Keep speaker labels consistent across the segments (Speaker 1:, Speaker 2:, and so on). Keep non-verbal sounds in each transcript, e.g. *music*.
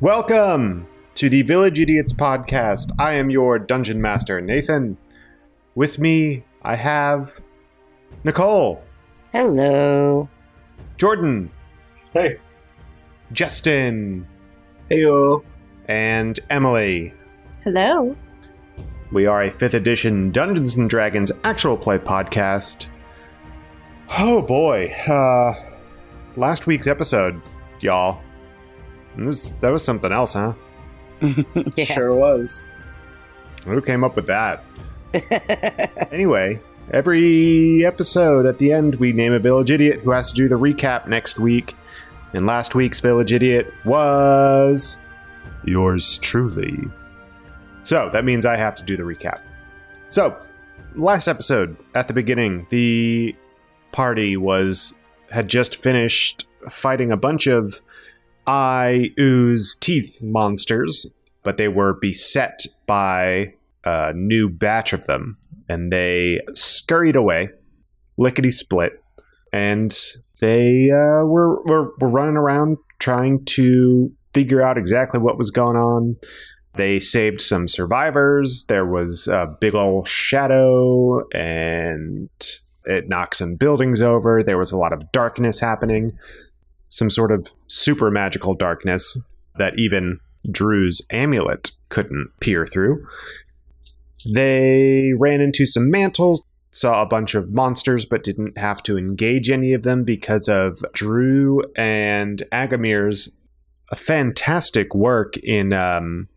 Speaker 1: Welcome to the Village Idiots podcast. I am your dungeon master, Nathan. With me, I have Nicole,
Speaker 2: Hello.
Speaker 1: Jordan,
Speaker 3: Hey.
Speaker 1: Justin,
Speaker 3: Heyo.
Speaker 1: and Emily.
Speaker 2: Hello.
Speaker 1: We are a 5th edition Dungeons and Dragons actual play podcast. Oh boy. Uh last week's episode, y'all. It was- that was something else, huh?
Speaker 2: *laughs* *laughs* Yeah.
Speaker 3: Sure was.
Speaker 1: Who came up with that? Anyway, every episode at the end, we name a village idiot who has to do the recap next week. And last week's village idiot was. Yours truly. So that means I have to do the recap. So, last episode, at the beginning, the party was. had just finished fighting a bunch of eye ooze teeth monsters, but they were beset by a new batch of them and they scurried away, lickety split, and they uh, were, were were running around trying to figure out exactly what was going on. They saved some survivors. There was a big old shadow, and it knocked some buildings over. There was a lot of darkness happening, some sort of super magical darkness that even Drew's amulet couldn't peer through. They ran into some mantles, saw a bunch of monsters, but didn't have to engage any of them because of Drew and Agamir's fantastic work in um,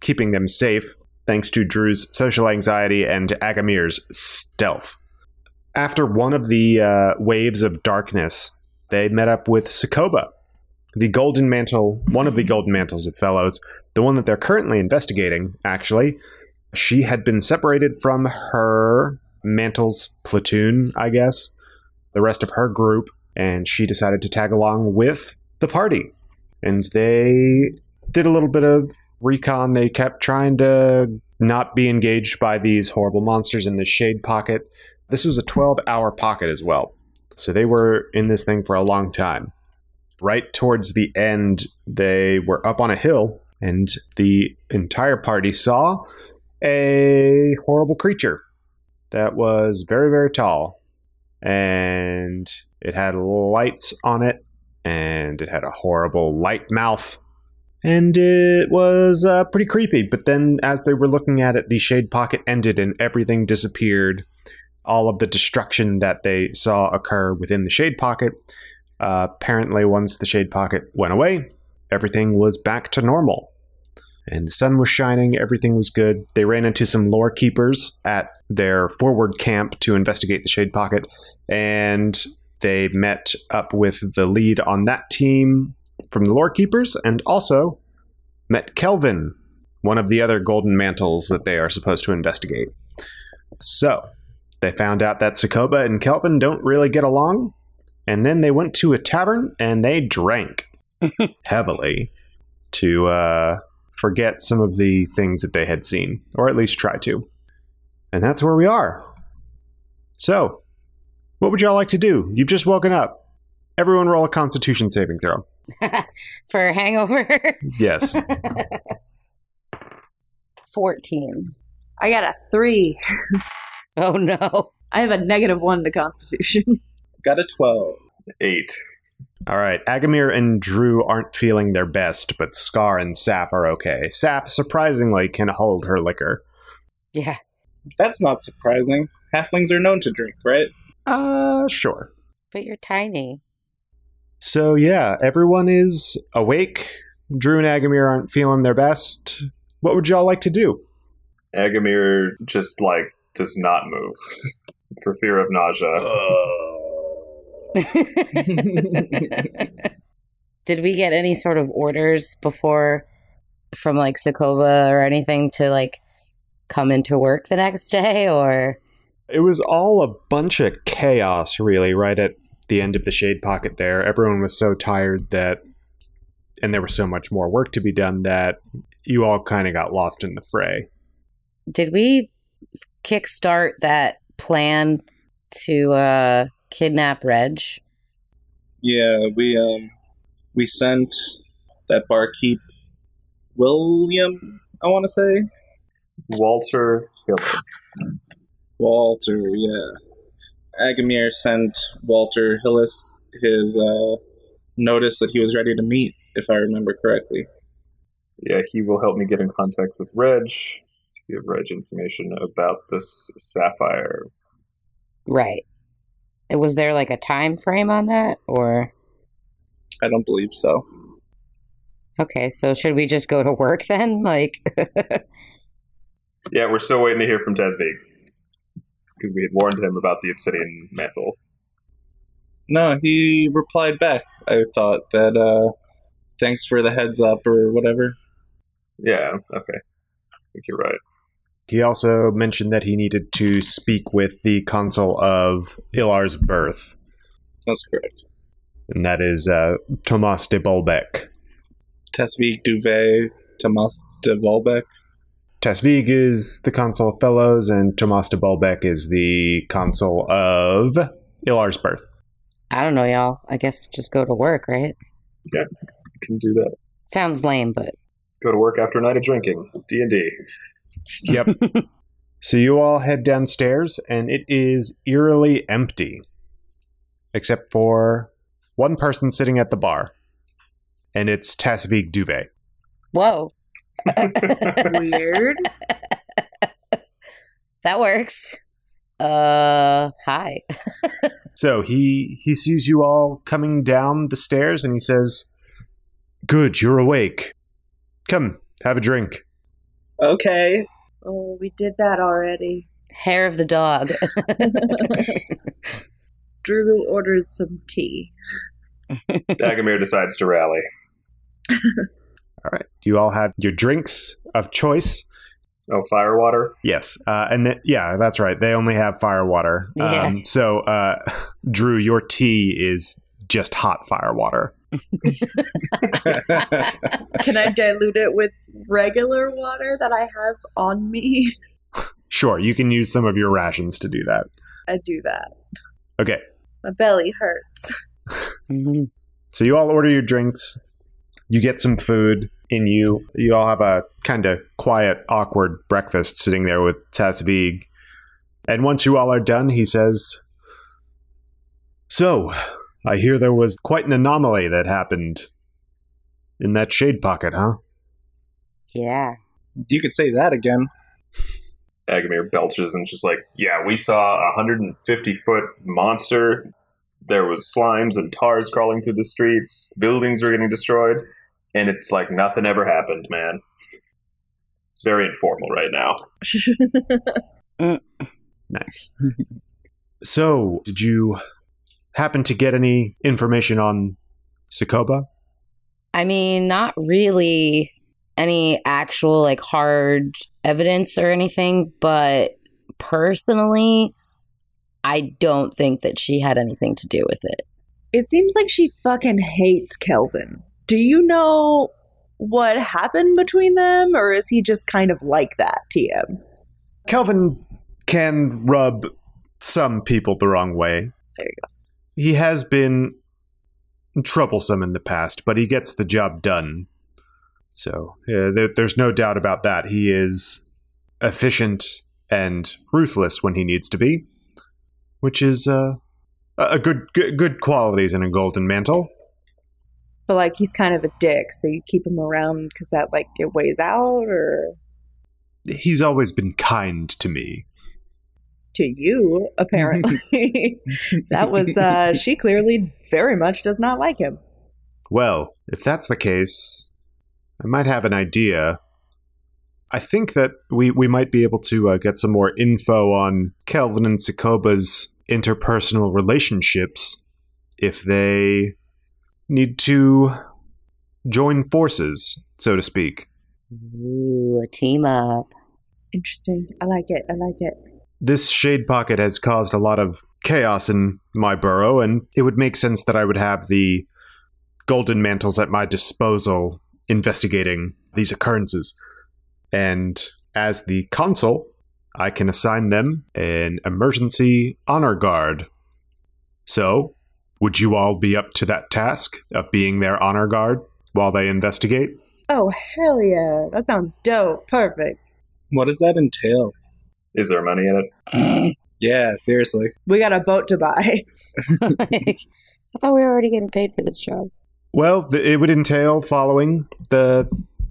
Speaker 1: keeping them safe, thanks to Drew's social anxiety and Agamir's stealth. After one of the uh, waves of darkness, they met up with Sokoba, the golden mantle, one of the golden mantles of Fellows, the one that they're currently investigating, actually she had been separated from her mantle's platoon, I guess, the rest of her group, and she decided to tag along with the party. And they did a little bit of recon. They kept trying to not be engaged by these horrible monsters in the shade pocket. This was a 12 hour pocket as well. So they were in this thing for a long time. Right towards the end, they were up on a hill, and the entire party saw a horrible creature that was very, very tall. And it had lights on it, and it had a horrible light mouth. And it was uh, pretty creepy. But then, as they were looking at it, the shade pocket ended and everything disappeared. All of the destruction that they saw occur within the shade pocket. Uh, apparently, once the shade pocket went away, everything was back to normal and the sun was shining. Everything was good. They ran into some lore keepers at their forward camp to investigate the Shade Pocket, and they met up with the lead on that team from the lore keepers, and also met Kelvin, one of the other golden mantles that they are supposed to investigate. So they found out that Sokoba and Kelvin don't really get along, and then they went to a tavern and they drank heavily to uh, forget some of the things that they had seen, or at least try to. And that's where we are. So, what would y'all like to do? You've just woken up. Everyone roll a constitution saving throw.
Speaker 2: *laughs* For hangover *laughs*
Speaker 1: Yes.
Speaker 2: 14.
Speaker 4: I got a three.
Speaker 2: Oh no.
Speaker 4: I have a negative one to Constitution. *laughs*
Speaker 3: Got a 12.
Speaker 5: Eight.
Speaker 1: All right. Agamir and Drew aren't feeling their best, but Scar and Sap are okay. Sap, surprisingly, can hold her liquor.
Speaker 2: Yeah.
Speaker 3: That's not surprising. Halflings are known to drink, right?
Speaker 1: Uh, sure.
Speaker 2: But you're *laughs* tiny.
Speaker 1: So yeah, everyone is awake. Drew and Agamir aren't feeling their best. What would y'all like to do?
Speaker 5: Agamir just like does not move *laughs* for fear of nausea.
Speaker 2: Did we get any sort of orders before from like Sokoba or anything to like come into work the next day or
Speaker 1: It was all a bunch of chaos, really, right at the end of the shade pocket there. Everyone was so tired that, and there was so much more work to be done that you all kind of got lost in the fray.
Speaker 2: did we kickstart that plan to uh kidnap Reg?
Speaker 3: yeah, we um we sent that barkeep William, I want to say.
Speaker 5: Walter Hillis.
Speaker 3: Walter, yeah. Agamir sent Walter Hillis his uh, notice that he was ready to meet, if I remember correctly.
Speaker 5: Yeah, he will help me get in contact with Reg to give Reg information about this sapphire.
Speaker 2: Right. Was there like a time frame on that or
Speaker 3: I don't believe so.
Speaker 2: okay, so should we just go to work then? *laughs* Like
Speaker 5: Yeah, we're still waiting to hear from Tasvig because we had warned him about the obsidian mantle.
Speaker 3: No, he replied back. I thought that, uh, thanks for the heads up or whatever.
Speaker 5: Yeah, okay. I think you're right.
Speaker 1: He also mentioned that he needed to speak with the consul of Ilar's birth,
Speaker 3: That's correct.
Speaker 1: and that is uh, Tomas de Bolbeck.
Speaker 3: Tesvik Duvet, Tomas de Volbeck.
Speaker 1: Tasvig is the consul of Fellows, and Tomas de Bolbeck is the consul of Ilar's birth.
Speaker 2: I don't know, y'all. I guess just go to work, right?
Speaker 5: Can do that.
Speaker 2: Sounds lame, but
Speaker 5: Go to work after a night of drinking. D and D.
Speaker 1: Yep. *laughs* so you all head downstairs, and it is eerily empty, except for one person sitting at the bar, and it's Tasvig Dubé.
Speaker 2: whoa.
Speaker 4: Weird.
Speaker 2: That works. Uh hi. *laughs*
Speaker 1: So he he sees you all coming down the stairs, and he says, "Good, you're awake. Come, have a drink."
Speaker 3: Okay.
Speaker 4: oh, we did that already.
Speaker 2: Hair of the dog. *laughs*
Speaker 4: Drew orders some tea.
Speaker 5: Dagamir decides to rally.
Speaker 1: All right, you all have your drinks of choice.
Speaker 5: Oh, firewater.
Speaker 1: Yes, uh, and th- yeah, that's right. They only have fire water.
Speaker 2: Yeah.
Speaker 1: Um, so, uh, *laughs* Drew, your tea is just hot fire water.
Speaker 4: Can I dilute it with regular water that I have on me?
Speaker 1: Sure, you can use some of your rations to do that.
Speaker 4: I do that.
Speaker 1: Okay,
Speaker 4: My belly hurts.
Speaker 2: Mhm.
Speaker 1: so you all order your drinks. You get some food in you. You all have a kind of quiet, awkward breakfast sitting there with Tasvig. And once you all are done, he says, So, I hear there was quite an anomaly that happened in that shade pocket, huh?
Speaker 2: yeah.
Speaker 3: You could say that again.
Speaker 5: Agamir belches and just like, yeah, we saw a 150 foot monster. There was slimes and tars crawling through the streets. Buildings were getting destroyed, and it's like nothing ever happened, man. It's very informal right now.
Speaker 1: Nice. so, did you happen to get any information on Sokoba?
Speaker 2: I mean, not really any actual like hard evidence or anything, but personally, I don't think that she had anything to do with it.
Speaker 4: It seems like she fucking hates Kelvin. Do you know what happened between them, or is he just kind of like that, TM?
Speaker 1: Kelvin can rub some people the wrong way.
Speaker 4: There you
Speaker 1: go. He has been troublesome in the past, but he gets the job done. So, uh, there, there's no doubt about that. He is efficient and ruthless when he needs to be, which is uh, a a good, good good qualities in a golden mantle.
Speaker 4: But like, he's kind of a dick, so you keep him around because that like it weighs out, or
Speaker 1: he's always been kind to me.
Speaker 4: to you apparently. *laughs* that
Speaker 2: *laughs*
Speaker 4: was uh, she clearly very much does not like him.
Speaker 1: Well, if that's the case, I might have an idea. I think that we, we might be able to uh, get some more info on Kelvin and Sokoba's interpersonal relationships if they need to join forces, so to speak.
Speaker 2: Ooh, a team up.
Speaker 4: Interesting. I like it. I like it.
Speaker 1: This shade pocket has caused a lot of chaos in my burrow, and it would make sense that I would have the golden mantles at my disposal investigating these occurrences. And as the consul, I can assign them an emergency honor guard. So, would you all be up to that task of being their honor guard while they investigate?
Speaker 4: Oh, hell yeah. That sounds dope. Perfect.
Speaker 3: What does that entail?
Speaker 5: Is there money in it?
Speaker 3: Yeah, seriously.
Speaker 4: We got a boat
Speaker 2: *laughs*
Speaker 4: to buy. *laughs*
Speaker 2: Like, I thought we were already getting paid for this job.
Speaker 1: Well, th- it would entail following the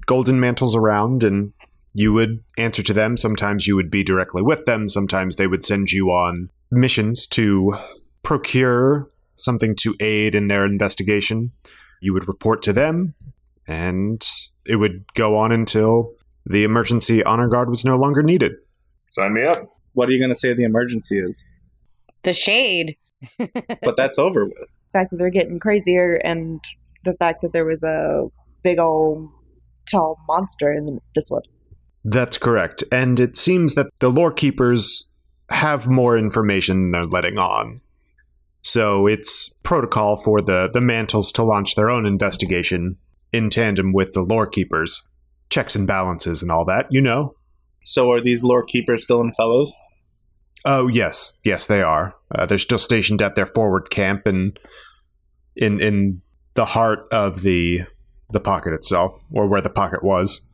Speaker 1: golden mantles around, and you would answer to them. Sometimes you would be directly with them. Sometimes they would send you on missions to procure something to aid in their investigation. You would report to them, and it would go on until the emergency honor guard was no longer needed.
Speaker 5: Sign me up.
Speaker 3: What are you going to say the emergency *laughs* is?
Speaker 2: The shade.
Speaker 3: But that's over with.
Speaker 4: The fact that they're getting crazier and the fact that there was a big old tall monster in this one.
Speaker 1: That's correct. And it seems that the lore keepers have more information than they're letting on. So it's protocol for the, the mantles to launch their own investigation in tandem with the lore keepers. Checks and balances and all that, you know?
Speaker 3: So are these lore keepers still in fellows?
Speaker 1: Oh, yes. Yes, they are. Uh, they're still stationed at their forward camp and in, in the heart of the, the pocket itself, or where the pocket was.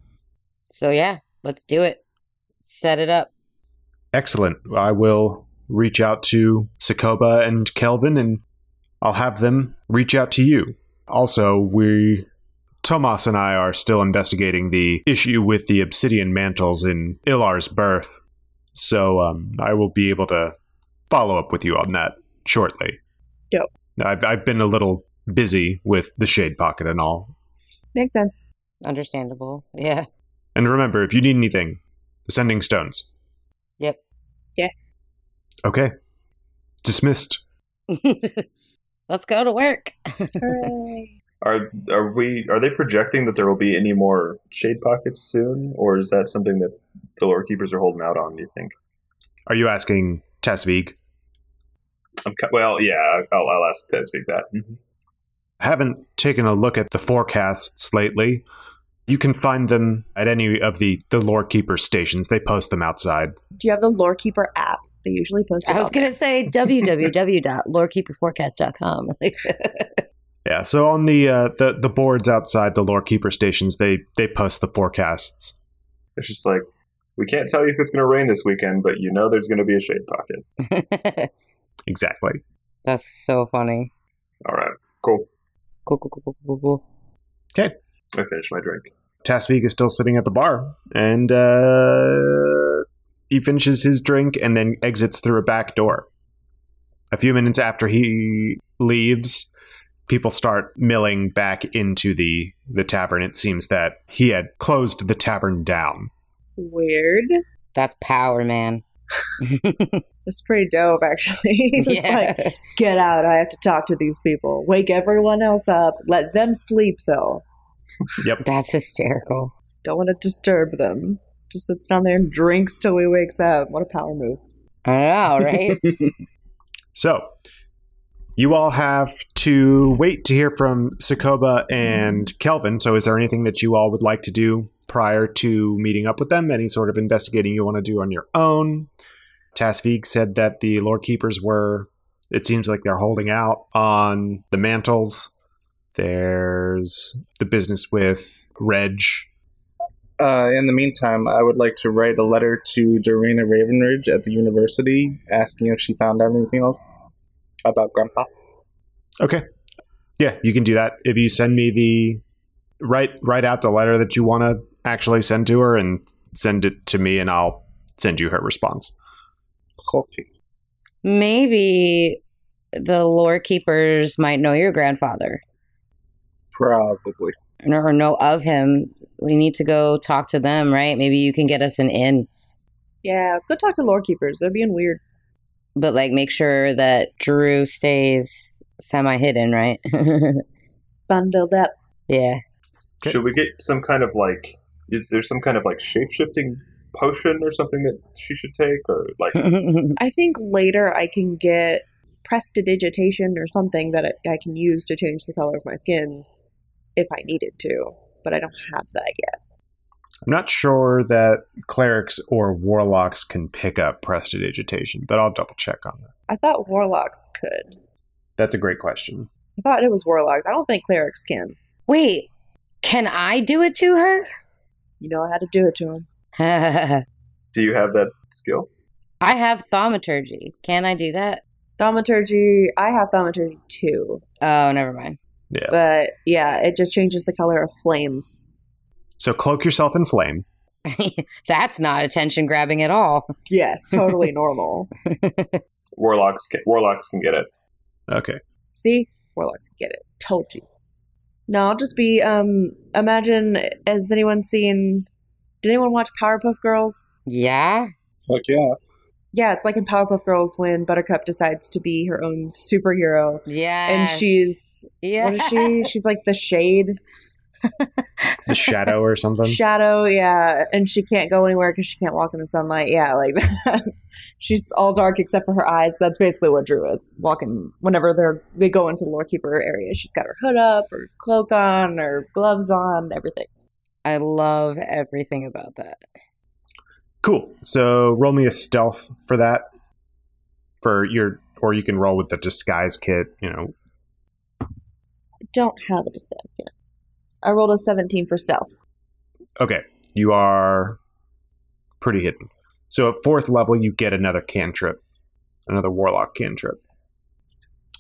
Speaker 2: So yeah, let's do it. Set it up.
Speaker 1: Excellent. I will reach out to Sokoba and Kelvin and I'll have them reach out to you. Also, we Tomas and I are still investigating the issue with the obsidian mantles in Ilar's birth. So um, I will be able to follow up with you on that shortly.
Speaker 4: Dope.
Speaker 1: I've, I've been a little busy with the shade pocket and all.
Speaker 4: Makes sense.
Speaker 2: Understandable. Yeah. *laughs*
Speaker 1: And remember, if you need anything, the sending stones.
Speaker 2: Yep.
Speaker 4: Yeah.
Speaker 1: Okay. Dismissed.
Speaker 2: let's go to work.
Speaker 4: Hooray.
Speaker 5: Are are we are they projecting that there will be any more shade pockets soon, or is that something that the lore keepers are holding out on? Do you think?
Speaker 1: Are you asking Tasvig?
Speaker 5: I'm, ki- well, yeah, I'll, I'll ask to speak that. Mm-hmm.
Speaker 1: haven't taken a look at the forecasts lately. You can find them at any of the, the lore keeper stations. They post them outside.
Speaker 4: *laughs* Do you have the Lorekeeper app? They usually post it.
Speaker 2: I was
Speaker 4: on there.
Speaker 2: going to say www.lorekeeperforecast.com. Like,
Speaker 1: Yeah, so on the uh, the, the boards outside the lore keeper stations, they, they post the forecasts.
Speaker 5: It's just like we can't tell you if it's going to rain this weekend, but you know there's going to be a shade pocket.
Speaker 1: Exactly.
Speaker 2: *laughs* That's so funny.
Speaker 5: All right, cool.
Speaker 2: Cool, cool, cool, cool, cool, cool.
Speaker 5: I finished my drink.
Speaker 1: Tasvig is still sitting at the bar, and uh, he finishes his drink and then exits through a back door. A few minutes after he leaves, people start milling back into the, the tavern. It seems that he had closed the tavern down.
Speaker 4: Weird.
Speaker 2: That's power, man. *laughs*
Speaker 4: That's pretty dope, actually. *laughs*
Speaker 2: *laughs*
Speaker 4: Just
Speaker 2: yeah.
Speaker 4: like, get out. I have to talk to these people. Wake everyone else up. Let them sleep, though.
Speaker 2: That's hysterical.
Speaker 4: Don't want to disturb them. Just sits down there and drinks till he wakes up. What a power move.
Speaker 2: I know, right?
Speaker 1: So, you all have to wait to hear from Sokoba and Kelvin. So, is there anything that you all would like to do prior to meeting up with them? Any sort of investigating you want to do on your own? Tasvig said that the Lord Keepers were, it seems like they're holding out on the mantles. There's the business with Reg.
Speaker 3: Uh, in the meantime, I would like to write a letter to Dorina Ravenridge at the university asking if she found out anything else about Grandpa.
Speaker 1: Okay. Yeah, you can do that. If you send me the write write out the letter that you want to actually send to her and send it to me and I'll send you her response.
Speaker 3: Okay.
Speaker 2: *laughs* Maybe the lore keepers might know your grandfather
Speaker 3: Probably.
Speaker 2: or know of him. We need to go talk to them, right? Maybe you can get us an in,
Speaker 4: Yeah, let's go talk to lore keepers. They're being weird.
Speaker 2: but like make sure that Drew stays semi hidden, right? *laughs*
Speaker 4: Bundled up.
Speaker 2: yeah. *laughs*
Speaker 1: Okay.
Speaker 5: Should we get some kind of like? Is there some kind of like shape shifting potion or something that she should take, or like?
Speaker 2: Hmm.
Speaker 4: I think later I can get prestidigitation or something that I, I can use to change the color of my skin if I needed to, but I don't have that yet.
Speaker 1: I'm not sure that clerics or warlocks can pick up prestidigitation, but I'll double check on that.
Speaker 4: I thought warlocks could.
Speaker 1: That's a great question.
Speaker 4: I thought it was warlocks. I don't think clerics can.
Speaker 2: Wait, Can I do it to her? *laughs*
Speaker 4: You know how to do it to him.
Speaker 2: I
Speaker 5: Do you have that skill?
Speaker 2: have thaumaturgy. Can I do that?
Speaker 4: Thaumaturgy. I have thaumaturgy too,
Speaker 2: Oh, never mind. *laughs*
Speaker 1: Yeah.
Speaker 4: but yeah, it just changes the color of flames.
Speaker 1: So cloak yourself in flame.
Speaker 2: That's not attention grabbing at all.
Speaker 4: Yes, *laughs* totally normal.
Speaker 5: Warlocks can, warlocks can get it.
Speaker 1: Okay.
Speaker 4: See, warlocks get it. Told you. No, I'll just be. Um, imagine. Has anyone seen? Did anyone watch Powerpuff Girls?
Speaker 2: Yeah.
Speaker 3: Fuck yeah.
Speaker 4: Yeah, it's like in Powerpuff Girls when Buttercup decides to be her own superhero,
Speaker 2: Yeah.
Speaker 4: and she's
Speaker 2: yeah.
Speaker 4: what is she? She's like the shade
Speaker 1: The shadow or something.
Speaker 4: shadow, yeah, and she can't go anywhere because she can't walk in the sunlight. Yeah, like *laughs* that. She's all dark except for her eyes. That's basically what Drew is walking. Whenever they're they go into the lorekeeper area, she's got her hood up, her cloak on, her gloves on, everything.
Speaker 2: *laughs* I love everything about that.
Speaker 1: Cool. So roll me a stealth for that. For your or you can roll with the disguise kit, you know.
Speaker 4: I don't have a disguise yet. I rolled a seventeen for stealth.
Speaker 1: Okay. You are pretty hidden. So at fourth level you get another cantrip. Another warlock cantrip.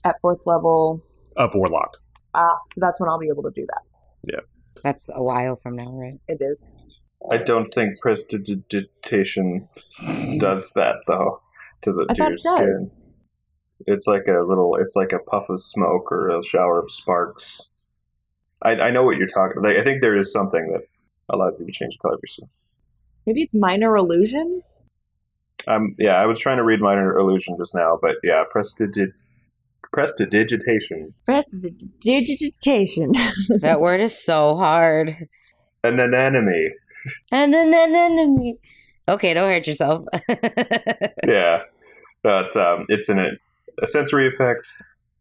Speaker 4: At fourth level,
Speaker 1: Of warlock.
Speaker 4: ah, so that's when I'll be able to do that.
Speaker 2: That's a while from now, right?
Speaker 4: It is.
Speaker 5: I don't think prestidigitation does that though to the
Speaker 4: I
Speaker 5: to
Speaker 4: thought
Speaker 5: your
Speaker 4: it does.
Speaker 5: skin. It's like a little. It's like a puff of smoke or a shower of sparks. I, I know what you're talking. Like I think there is something that allows you to change the color of your skin.
Speaker 4: Maybe it's minor illusion.
Speaker 5: Um, yeah, I was trying to read minor illusion just now, but yeah, prestidid prestidigitation,
Speaker 4: Prestidigitation. *laughs*
Speaker 2: that word is so hard. *laughs*
Speaker 5: an anemone.
Speaker 2: And then an enemy. Okay, don't hurt
Speaker 4: *laughs*
Speaker 2: yourself. *laughs*
Speaker 5: yeah, that's um, it's an a sensory effect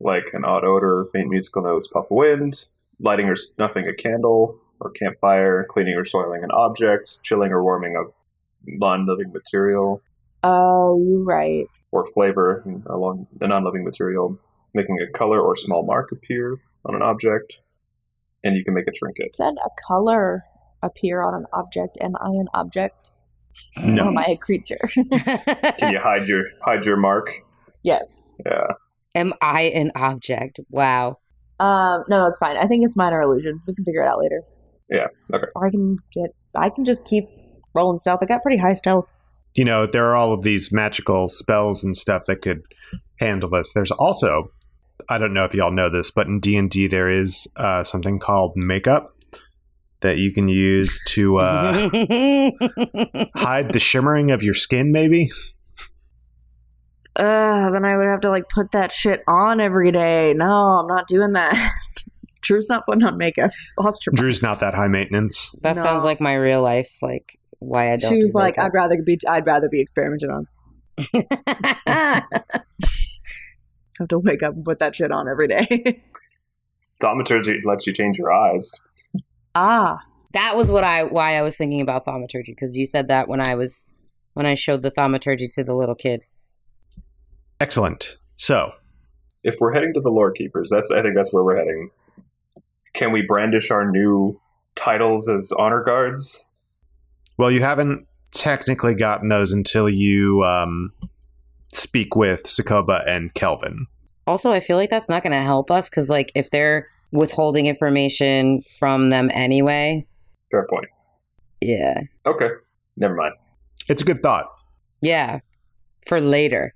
Speaker 5: like an odd odor, faint musical notes, puff of wind, lighting or snuffing a candle or campfire, cleaning or soiling an object, chilling or warming a non-living material
Speaker 4: Oh, you're right.
Speaker 5: or flavor along a non-living material, making a color or small mark appear on an object, and you can make a trinket.
Speaker 4: Said a color appear on an object, and I an object? *laughs*
Speaker 1: No.
Speaker 4: Or am I a creature? *laughs*
Speaker 2: Uh.
Speaker 5: Can you hide your hide your mark?
Speaker 4: yes.
Speaker 5: Yeah,
Speaker 2: Am I an object? Wow.
Speaker 4: Um, no, that's fine. I think it's minor illusion. We can figure it out later.
Speaker 5: Yeah, okay.
Speaker 4: Or I can get. I can just keep rolling stealth. I got pretty high stealth.
Speaker 1: you know, there are all of these magical spells and stuff that could handle this. There's also, I don't know if y'all know this, but in D and D there is uh, something called makeup that you can use to
Speaker 2: *laughs*
Speaker 1: uh, hide the shimmering of your skin. Maybe
Speaker 4: Ugh, then I would have to like put that shit on every day. No, I'm not doing that. *laughs* Drew's not putting on makeup. Lost your
Speaker 1: Drew's not that high maintenance.
Speaker 2: that
Speaker 4: No.
Speaker 2: sounds like my real life. Like why I don't.
Speaker 4: She was
Speaker 2: do
Speaker 4: like,
Speaker 2: that.
Speaker 4: I'd rather be. I'd rather be experimented on. *laughs* I have to wake up and put that shit on every day. *laughs*
Speaker 5: thaumaturgy lets you change your eyes.
Speaker 4: ah,
Speaker 2: *laughs* that was what I why I was thinking about thaumaturgy because you said that when I was when I showed the thaumaturgy to the little kid.
Speaker 1: Excellent. So
Speaker 5: if we're heading to the lore keepers that's i think that's where we're heading can we brandish our new titles as honor guards
Speaker 1: Well, you haven't technically gotten those until you um, speak with Sokoba and Kelvin.
Speaker 2: Also, I feel like that's not going to help us because like if they're withholding information from them anyway,
Speaker 5: fair point
Speaker 2: yeah,
Speaker 5: okay never mind
Speaker 1: It's a good thought.
Speaker 2: yeah, for later.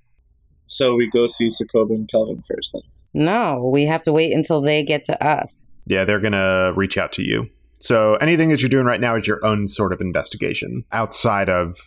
Speaker 3: So we go see Sokoba and Kelvin first then.
Speaker 2: No, we have to wait until they get to us.
Speaker 1: Yeah, they're going to reach out to you. So anything that you're doing right now is your own sort of investigation outside of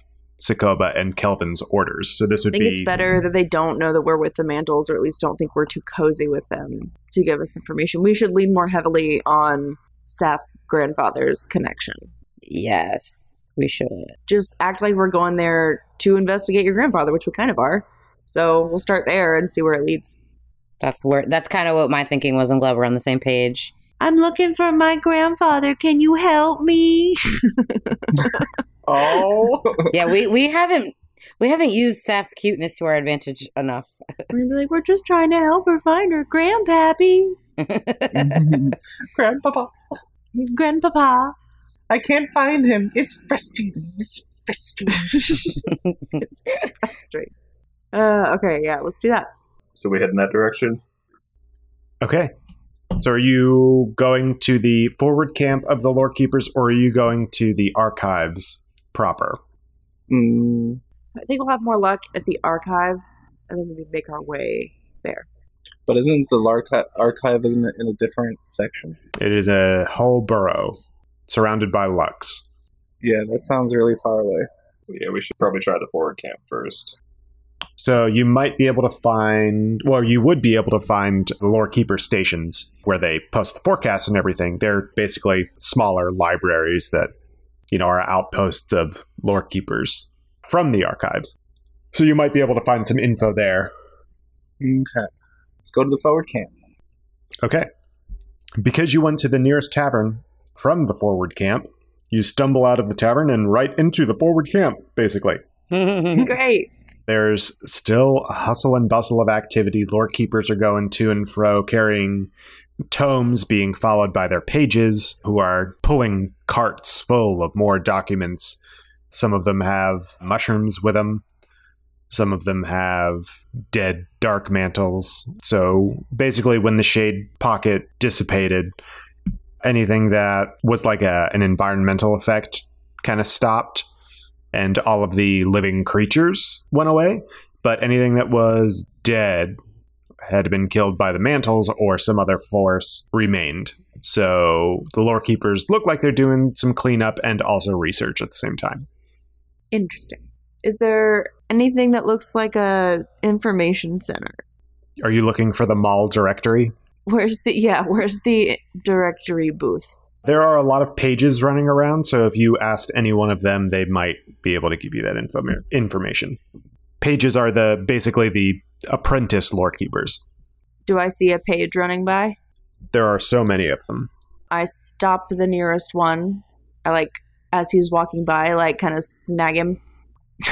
Speaker 1: Sokoba and Kelvin's orders. So this
Speaker 4: I
Speaker 1: would
Speaker 4: think
Speaker 1: be
Speaker 4: it's better that they don't know that we're with the Mandals, or at least don't think we're too cozy with them to give us information. We should lean more heavily on Saf's grandfather's connection.
Speaker 2: Yes, we should.
Speaker 4: Just act like we're going there to investigate your grandfather, which we kind of are. So we'll start there and see where it leads. *laughs*
Speaker 2: That's where that's kind of what my thinking was. I'm glad we're on the same page.
Speaker 4: I'm looking for my grandfather. Can you help me?
Speaker 3: *laughs* Oh.
Speaker 2: Yeah, we we haven't we haven't used Saf's cuteness to our advantage
Speaker 3: *laughs*
Speaker 2: enough.
Speaker 4: I'm gonna be like, we're just trying to help her find her grandpappy.
Speaker 3: Grandpapa.
Speaker 4: Grandpapa.
Speaker 3: I can't find him. It's frustrating. It's *laughs* frustrating.
Speaker 4: it's frustrating. Uh, okay, yeah, let's do that.
Speaker 5: So we head in that direction.
Speaker 1: Okay. So are you going to the forward camp of the Lore Keepers or are you going to the archives proper?
Speaker 3: mm,
Speaker 4: I think we'll have more luck at the archive, and then we make our way there.
Speaker 3: but isn't the Lark- archive isn't it in a different section?
Speaker 1: It is a whole burrow surrounded by Lux.
Speaker 3: Yeah, that sounds really far away.
Speaker 5: Yeah, we should probably try the forward camp first.
Speaker 1: So you might be able to find, well, you would be able to find lore keeper stations where they post the forecasts and everything. They're basically smaller libraries that, you know, are outposts of lore keepers from the archives. So you might be able to find some info there.
Speaker 3: Okay, let's go to the forward camp.
Speaker 1: Okay. Because you went to the nearest tavern from the forward camp, you stumble out of the tavern and right into the forward camp, basically.
Speaker 4: Great.
Speaker 1: There's still a hustle and bustle of activity. Lore keepers are going to and fro, carrying tomes being followed by their pages, who are pulling carts full of more documents. Some of them have mushrooms with them. Some of them have dead dark mantles. So basically, when the shade pocket dissipated, anything that was like a, an environmental effect kind of stopped and all of the living creatures went away, but anything that was dead had been killed by the mantles or some other force remained. So the lore keepers look like they're doing some cleanup and also research at the same time.
Speaker 4: Interesting. Is there anything that looks like a information center?
Speaker 1: Are you looking for the mall directory?
Speaker 4: Where's the yeah? Where's the directory booth?
Speaker 1: There are a lot of pages running around, so if you asked any one of them, they might be able to give you that info- information. Pages are the basically the apprentice lore keepers.
Speaker 4: Do I see a page running by?
Speaker 1: There are so many of them.
Speaker 4: I stop the nearest one. I like as he's walking by, I, like kind of snag him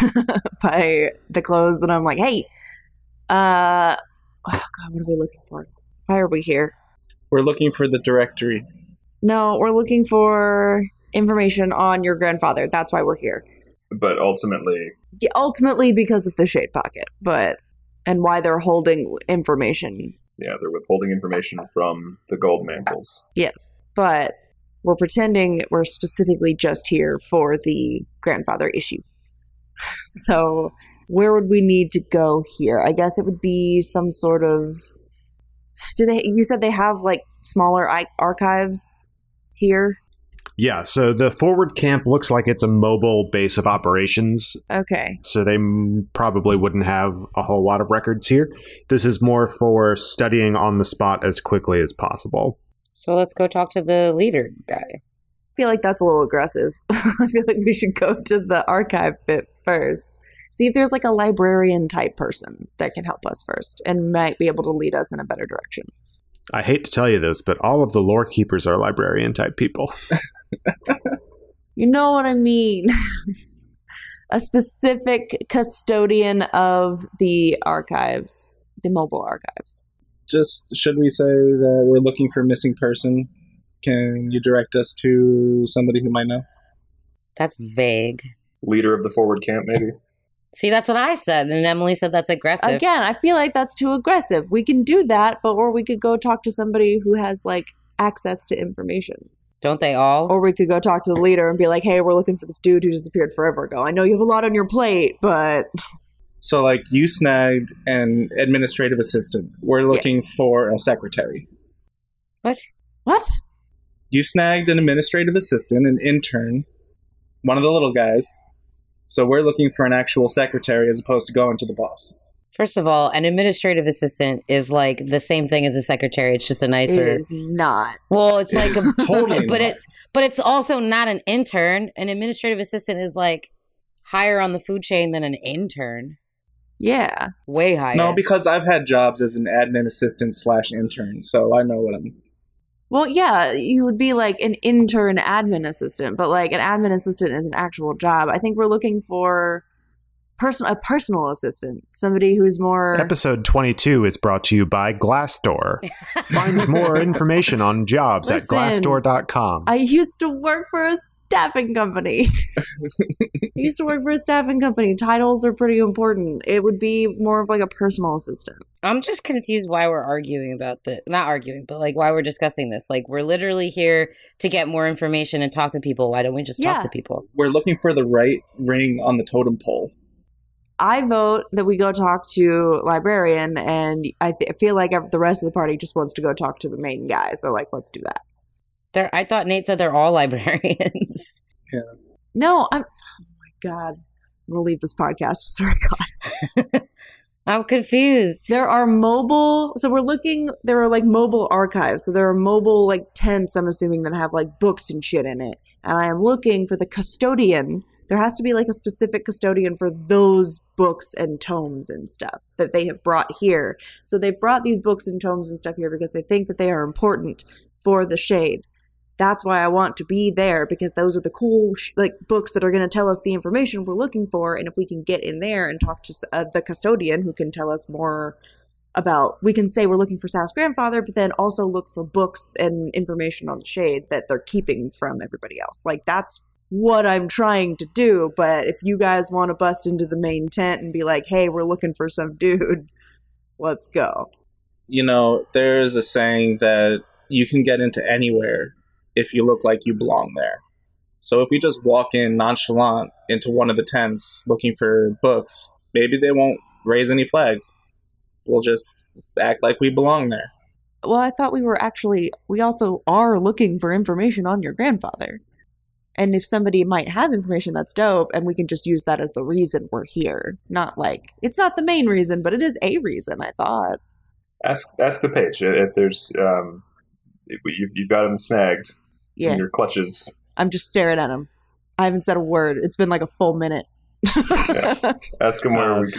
Speaker 4: *laughs* by the clothes, and I'm like, "Hey, uh, oh God, what are we looking for? Why are we here?
Speaker 3: We're looking for the directory.
Speaker 4: No, we're looking for information on your grandfather. That's why we're here.
Speaker 5: But ultimately,
Speaker 4: Yeah, ultimately, because of the shade pocket, but and why they're holding information.
Speaker 5: yeah, they're withholding information from the gold mantles.
Speaker 4: Yes, but we're pretending that we're specifically just here for the grandfather issue. *sighs* so, where would we need to go here? I guess it would be some sort of. Do they? You said they have like smaller I- archives here.
Speaker 1: Yeah, so the forward camp looks like it's a mobile base of operations,
Speaker 4: Okay.
Speaker 1: so they m- probably wouldn't have a whole lot of records here. This is more for studying on the spot as quickly as possible.
Speaker 2: so let's go talk to the leader guy.
Speaker 4: I feel like that's a little aggressive. *laughs* I feel like we should go to the archive bit first. See if there's like a librarian type person that can help us first and might be able to lead us in a better direction.
Speaker 1: I hate to tell you this, but all of the lore keepers are librarian type people.
Speaker 4: You know what I mean? *laughs* a specific custodian of the archives, the mobile archives.
Speaker 3: Just should we say that we're looking for missing person? Can you direct us to somebody who might know?
Speaker 2: That's vague.
Speaker 5: Leader of the forward camp, maybe?
Speaker 2: See, that's what I said, and Emily said that's aggressive.
Speaker 4: Again, I feel like that's too aggressive. We can do that, but or we could go talk to somebody who has like access to information.
Speaker 2: Don't they
Speaker 3: Oh.
Speaker 2: all?
Speaker 4: Or we could go talk to the leader and be like, "Hey, we're looking for this dude who disappeared forever ago. I know you have a lot on your plate, but
Speaker 3: So, like, you snagged an administrative assistant. We're looking for a secretary.
Speaker 2: What?
Speaker 4: what?
Speaker 3: You snagged an administrative assistant, an intern, one of the little guys. So, we're looking for an actual secretary as opposed to going to the boss.
Speaker 2: First of all, an administrative assistant is like the same thing as a secretary. It's just a
Speaker 4: It
Speaker 2: nicer.
Speaker 4: is not.
Speaker 2: Well, it's
Speaker 3: It
Speaker 2: like *laughs*
Speaker 3: is
Speaker 2: a
Speaker 3: totally
Speaker 2: but
Speaker 3: not.
Speaker 2: it's but it's also not an intern. An administrative assistant is like higher on the food chain than an intern.
Speaker 4: Yeah,
Speaker 2: Way higher.
Speaker 3: No, because I've had jobs as an admin assistant slash intern, so I know what I'm.
Speaker 4: Well, yeah, you would be like an intern admin assistant, but like an admin assistant is an actual job. I think we're looking for person a personal assistant, somebody who's more
Speaker 1: Episode 22 is brought to you by Glassdoor.
Speaker 4: *laughs*
Speaker 1: Find more information on jobs
Speaker 4: Listen,
Speaker 1: at glassdoor.com.
Speaker 4: I used to work for a staffing company. I used to work for a staffing company. Titles are pretty important. It would be more of like a personal assistant.
Speaker 2: I'm just confused why we're arguing about the not arguing, but like why we're discussing this. Like we're literally here to get more information and talk to people. Why don't we just
Speaker 4: Yeah.
Speaker 2: talk to people?
Speaker 3: We're looking for the right ring on the totem pole.
Speaker 4: I vote that we go talk to librarian, and I, th- I feel like ev- the rest of the party just wants to go talk to the main guy. So like, let's do that.
Speaker 2: They're, I thought Nate said they're all *laughs* librarians.
Speaker 4: No, I'm. Oh my god, I'm gonna leave this podcast. *laughs* Sorry, God.
Speaker 2: I'm confused.
Speaker 4: There are mobile. So we're looking. There are like mobile archives. So there are mobile like tents. I'm assuming that have like books and shit in it. And I am looking for the custodian. There has to be like a specific custodian for those books and tomes and stuff that they have brought here. So they brought these books and tomes and stuff here because they think that they are important for the shade. That's why I want to be there because those are the cool sh- like books that are going to tell us the information we're looking for. And if we can get in there and talk to s- uh, the custodian who can tell us more about, we can say we're looking for Sal's grandfather, but then also look for books and information on the shade that they're keeping from everybody else. Like that's what I'm trying to do. But if you guys want to bust into the main tent and be like, "Hey, we're looking for some dude," *laughs* let's go.
Speaker 3: You know, there is a saying that you can get into anywhere if you look like you belong there. So if we just walk in nonchalant into one of the tents looking for books, maybe they won't raise any flags. We'll just act like we belong there.
Speaker 4: Well, I thought we were actually, we also are looking for information on your grandfather. And if somebody might have information, that's dope. And we can just use that as the reason we're here. Not like, it's not the main reason, but it is a reason, I thought.
Speaker 5: Ask ask the page if there's um, if you, you've got them snagged
Speaker 4: Yeah.
Speaker 5: in your clutches.
Speaker 4: I'm just staring at him. I haven't said a word. It's been like a full minute. *laughs*
Speaker 5: Ask them where we.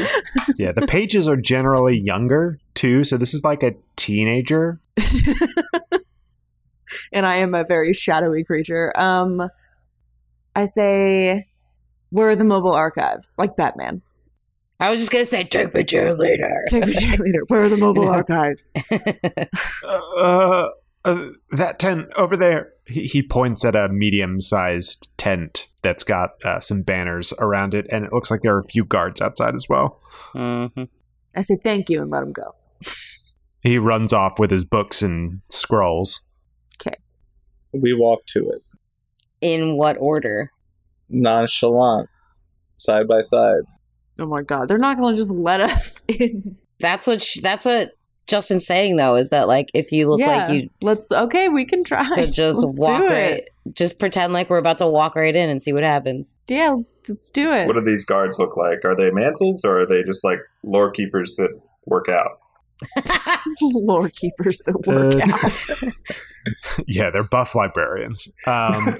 Speaker 1: yeah, the pages are generally younger too, so this is like a teenager.
Speaker 4: and I am a very shadowy creature. Um, I say, where are the mobile archives? Like Batman.
Speaker 2: I was just gonna say take picture later.
Speaker 4: *laughs* Take a cheerleader. Where are the mobile archives?
Speaker 1: Uh, uh, that tent over there. He, he points at a medium-sized tent that's got uh, some banners around it, and it looks like there are a few guards outside as well.
Speaker 2: Mhm.
Speaker 4: I say thank you and let him go.
Speaker 1: He runs off with his books and scrolls. *laughs*
Speaker 3: We walk to it
Speaker 2: In what order?
Speaker 3: nonchalant, side by side.
Speaker 4: Oh my god, they're not gonna just let us *laughs* in.
Speaker 2: That's what. She, that's what Justin's saying though. Is that like if you look like
Speaker 4: *laughs*
Speaker 2: you
Speaker 4: Let's okay, we can try.
Speaker 2: so just
Speaker 4: Let's
Speaker 2: walk
Speaker 4: do it.
Speaker 2: right, just pretend like we're about to walk right in and see what happens. *laughs*
Speaker 4: Yeah, let's, let's do it.
Speaker 5: What do these guards look like? Are they mantles or are they just like lore keepers that work out?
Speaker 4: *laughs* Lore keepers that work
Speaker 1: Uh,
Speaker 4: out.
Speaker 1: Yeah, they're buff librarians. *laughs* Um,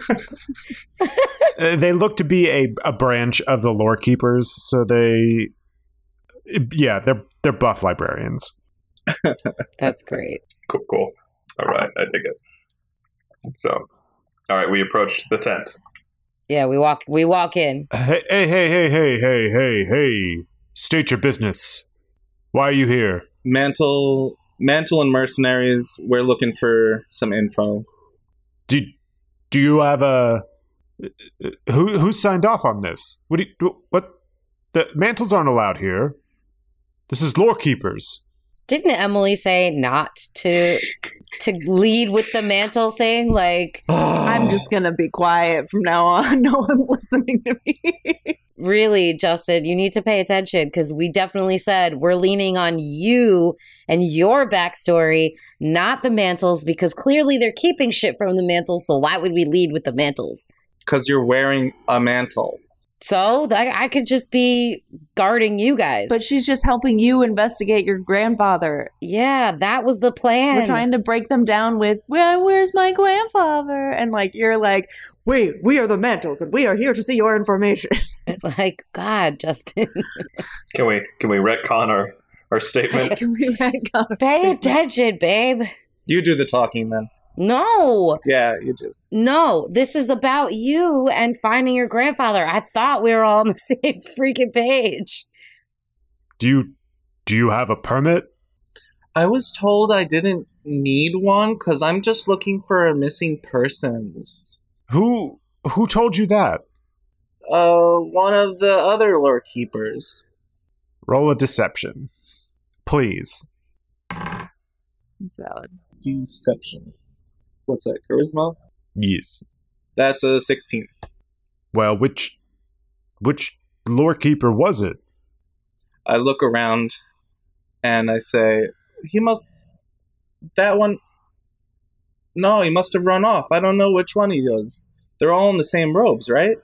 Speaker 1: uh, they look to be a, a branch of the lore keepers, so they, yeah, they're they're buff librarians.
Speaker 2: That's great.
Speaker 5: Cool, cool. All right, I dig it. So, all right, we approach the tent.
Speaker 2: Yeah, we walk. We walk in.
Speaker 1: Hey, hey, hey, hey, hey, hey, hey, hey! State your business. Why are you here?
Speaker 3: Mantle, mantle, and mercenaries. We're looking for some info.
Speaker 1: Do do you have a who who signed off on this? What do you, what the mantles aren't allowed here. This is lore keepers.
Speaker 2: Didn't Emily say not to to lead with the mantle thing? Like
Speaker 4: I'm
Speaker 3: *sighs*
Speaker 4: just gonna be quiet from now on. *laughs* No one's listening to me.
Speaker 2: really, Justin, you need to pay attention because we definitely said we're leaning on you and your backstory, not the mantles, because clearly they're keeping shit from the mantles. So why would we lead with the mantles?
Speaker 3: Because you're wearing a mantle.
Speaker 2: So th- I could just be guarding you guys.
Speaker 4: but she's just helping you investigate your grandfather.
Speaker 2: yeah, that was the plan.
Speaker 4: We're trying to break them down with, well, where's my grandfather? And like you're like, wait, we are the mantles and we are here to see your information.
Speaker 2: *laughs* like God, Justin,
Speaker 5: Can we can we retcon our
Speaker 4: *laughs*
Speaker 5: our
Speaker 4: *laughs*
Speaker 5: statement?
Speaker 4: Can we back up?
Speaker 2: pay attention, babe.
Speaker 3: You do the talking then.
Speaker 2: No,
Speaker 3: Yeah, you do.
Speaker 2: no, this is about you and finding your grandfather. I thought we were all on the *laughs* same freaking page.
Speaker 1: Do you do you have a permit?
Speaker 3: I was told I didn't need one because I'm just looking for a missing persons.
Speaker 1: Who who told you that?
Speaker 3: Uh, one of the other lore keepers.
Speaker 1: Roll a deception. Please.
Speaker 4: It's valid.
Speaker 3: Deception. What's that? Charisma.
Speaker 1: Yes.
Speaker 3: That's a sixteen.
Speaker 1: Well, which which lore keeper was it?
Speaker 3: I look around, and I say, "He must. That one. No, he must have run off. I don't know which one he was. They're all in the same robes, *laughs* right?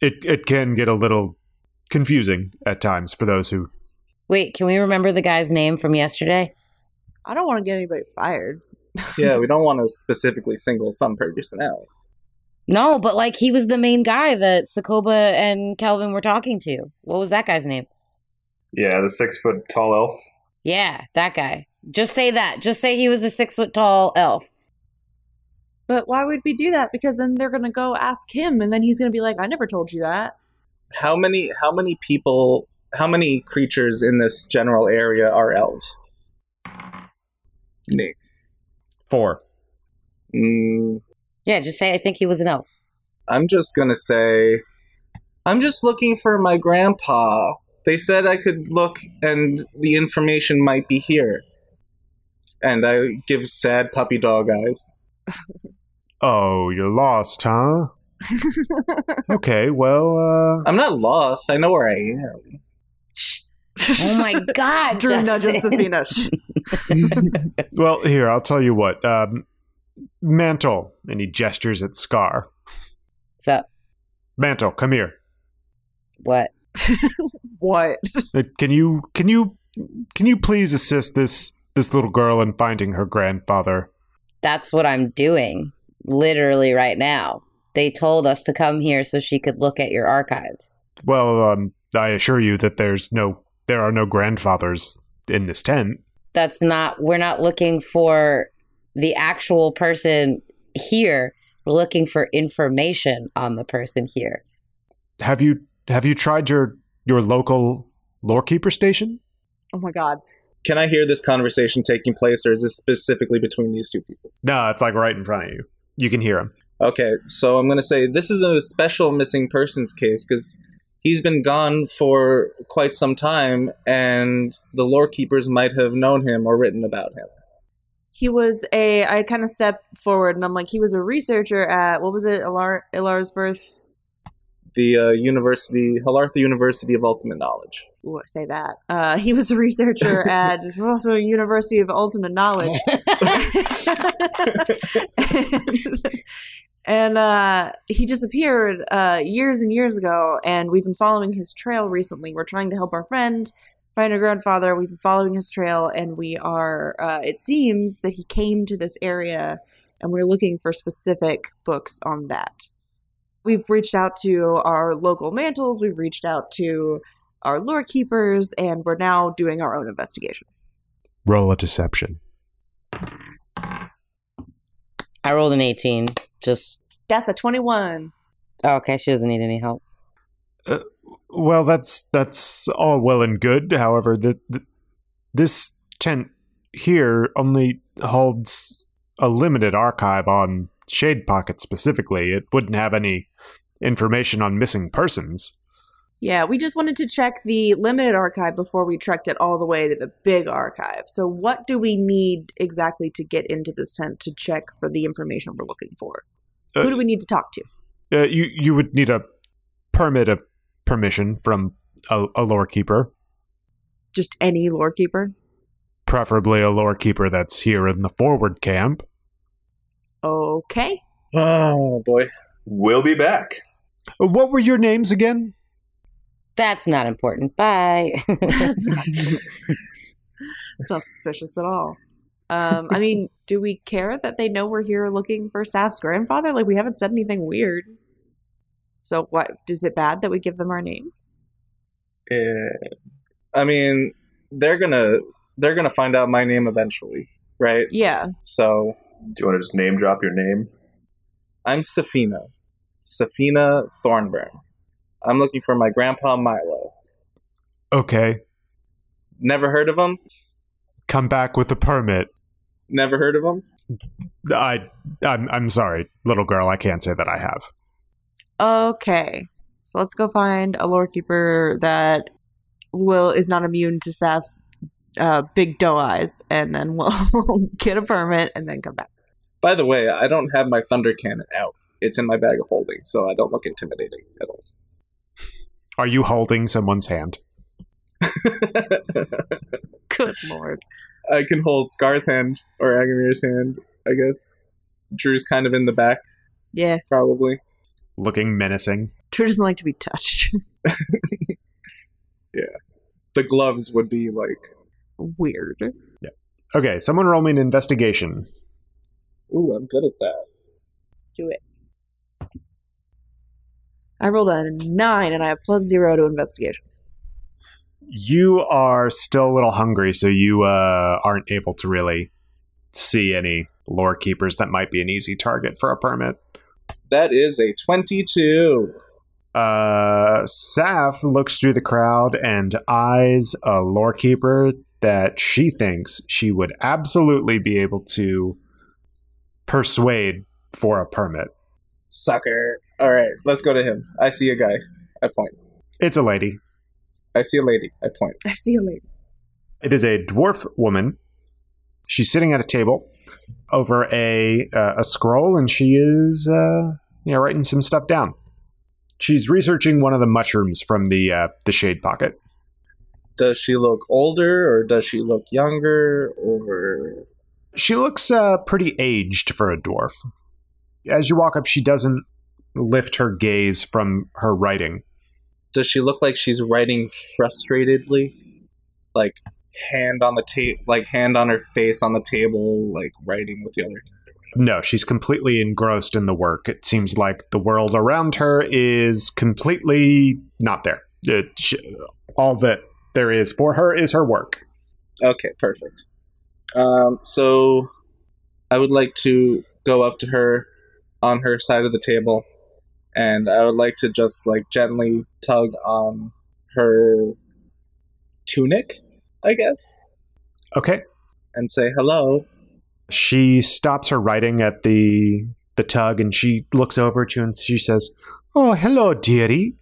Speaker 1: It it can get a little confusing at times for those who
Speaker 2: Wait, can we remember the guy's name from yesterday?
Speaker 4: I don't want to get anybody fired.
Speaker 3: yeah, we don't want to specifically single some person out.
Speaker 2: No, but like he was the main guy that Sokoba and Calvin were talking to. What was that guy's name?
Speaker 5: Yeah, the six foot tall elf.
Speaker 2: Yeah, that guy. Just say that. Just say he was a six foot tall elf.
Speaker 4: But why would we do that? Because then they're going to go ask him, and then he's going to be like, I never told you *laughs* that.
Speaker 3: How many? How many people? How many creatures in this general area are elves? Nick.
Speaker 1: four.
Speaker 3: Mm,
Speaker 2: Yeah, just say I think he was an elf.
Speaker 3: I'm just gonna say, I'm just looking for my grandpa. They said I could look, and the information might be here. And I give sad puppy dog eyes.
Speaker 1: Oh, you're lost, huh? okay, well, uh
Speaker 3: I'm not lost. I know where I am.
Speaker 2: Oh
Speaker 4: *laughs*
Speaker 2: my god,
Speaker 4: Drew nudges
Speaker 2: Justin.
Speaker 4: Safina. *laughs* Shh.
Speaker 1: uh, well, here, I'll tell you what. Um Mantle, and he gestures at Scar.
Speaker 2: So
Speaker 1: Mantle, come here.
Speaker 2: what?
Speaker 4: what?
Speaker 1: Uh, Can you can you can you please assist this this little girl in finding her grandfather?
Speaker 2: That's what I'm doing, literally right now. They told us to come here so she could look at your archives.
Speaker 1: Well, um, I assure you that there's no there are no grandfathers in this tent.
Speaker 2: That's not. We're not looking for the actual person here. We're looking for information on the person here.
Speaker 1: Have you have you tried your your local lorekeeper station?
Speaker 4: Oh my God.
Speaker 3: Can I hear this conversation taking place, or is this specifically between these two people?
Speaker 1: No, it's like right in front of you. You can hear him.
Speaker 3: Okay, so I'm gonna say this is a special missing persons case because he's been gone for quite some time, and the lore keepers might have known him or written about him.
Speaker 4: He was a, I kind of stepped forward and I'm like, he was a researcher at, what was it, Ilar, Ilar's birth?
Speaker 3: the uh, university, Halartha University of Ultimate Knowledge.
Speaker 4: Ooh, say that. Uh, he was a researcher at the University of Ultimate Knowledge. *laughs* and uh, he disappeared uh, years and years ago, and we've been following his trail recently. We're trying to help our friend find her grandfather. We've been following his trail, and we are, uh, it seems that he came to this area, and we're looking for specific books on that. We've reached out to our local mantles, we've reached out to our lore keepers, and we're now doing our own investigation.
Speaker 1: Roll a deception.
Speaker 2: I rolled an 18. Just
Speaker 4: That's a 21.
Speaker 2: oh, okay. She doesn't need any help.
Speaker 1: Well, that's that's all well and good. However, the, the this tent here only holds a limited archive on Shade Pocket specifically. It wouldn't have any information on missing persons.
Speaker 4: Yeah, we just wanted to check the limited archive before we trekked it all the way to the big archive. So, what do we need exactly to get into this tent to check for the information we're looking for?
Speaker 1: Uh,
Speaker 4: Who do we need to talk to?
Speaker 1: Uh, you you would need a permit of permission from a, a lore keeper,
Speaker 4: Just any lore keeper?
Speaker 1: preferably a lore keeper that's here in the forward camp.
Speaker 4: Okay.
Speaker 3: Oh boy.
Speaker 5: We'll be back.
Speaker 1: Uh, What were your names again?
Speaker 2: That's not important. Bye.
Speaker 4: *laughs* That's not, that's not suspicious at all. Um, I *laughs* mean, do we care that they know we're here looking for Saf's grandfather? Like, we haven't said anything weird. So, what is it bad that we give them our names?
Speaker 3: Yeah. I mean, they're gonna they're gonna find out my name eventually, right?
Speaker 4: Yeah.
Speaker 3: So
Speaker 5: Do you want to just name drop your name?
Speaker 3: I'm Safina. Safina Thornburn. I'm looking for my grandpa Milo.
Speaker 1: Okay,
Speaker 3: Never heard of him?
Speaker 1: come back with a permit.
Speaker 3: Never heard of him?
Speaker 1: I, I'm, I'm sorry, little girl. I can't say that I have.
Speaker 4: Okay. So let's go find a lore keeper that will is not immune to Saf's uh, big doe eyes, and then we'll *laughs* get a permit and then come back.
Speaker 3: By the way, I don't have my thunder cannon out. It's in my bag of holding, so I don't look intimidating at all.
Speaker 1: Are you holding someone's hand?
Speaker 4: Good lord.
Speaker 3: *laughs* I can hold Scar's hand or Agamir's hand, I guess. Drew's kind of in the back,
Speaker 4: Yeah.
Speaker 3: probably.
Speaker 1: Looking menacing.
Speaker 4: True doesn't like to be touched. *laughs*
Speaker 3: The gloves would be like,
Speaker 4: Weird.
Speaker 1: Okay, someone roll me an investigation.
Speaker 3: ooh, I'm good at that.
Speaker 4: I rolled a nine and I have plus zero to investigation.
Speaker 1: You are still a little hungry, so you uh, aren't able to really see any lore keepers that might be an easy target for a permit.
Speaker 3: That is a 22.
Speaker 1: Uh, Saf looks through the crowd and eyes a lore keeper that she thinks she would absolutely be able to persuade for a permit.
Speaker 3: Sucker. All right, let's go to him. I see a guy. I point.
Speaker 1: It's a lady.
Speaker 3: I see a lady. I point.
Speaker 4: *laughs* I see you later.
Speaker 1: It is a dwarf woman. She's sitting at a table over a uh, a scroll, and she is uh, you know writing some stuff down. She's researching one of the mushrooms from the uh, the shade pocket.
Speaker 3: Does she look older or does she look younger or.
Speaker 1: She looks uh, pretty aged for a dwarf. As you walk up, she doesn't lift her gaze from her writing.
Speaker 3: Does she look like she's writing frustratedly? Like hand on the tape, like hand on her face on the table, like writing with the other.
Speaker 1: No, she's completely engrossed in the work. It seems like the world around her is completely not there. It, she- all that there is for her is her work.
Speaker 3: Okay, perfect. Um, so I would like to go up to her on her side of the table and I would like to just like gently tug on her tunic, I guess,
Speaker 1: Okay.
Speaker 3: and say hello.
Speaker 1: She stops her writing at the the tug and she looks over at you and she says, "Oh, hello, dearie.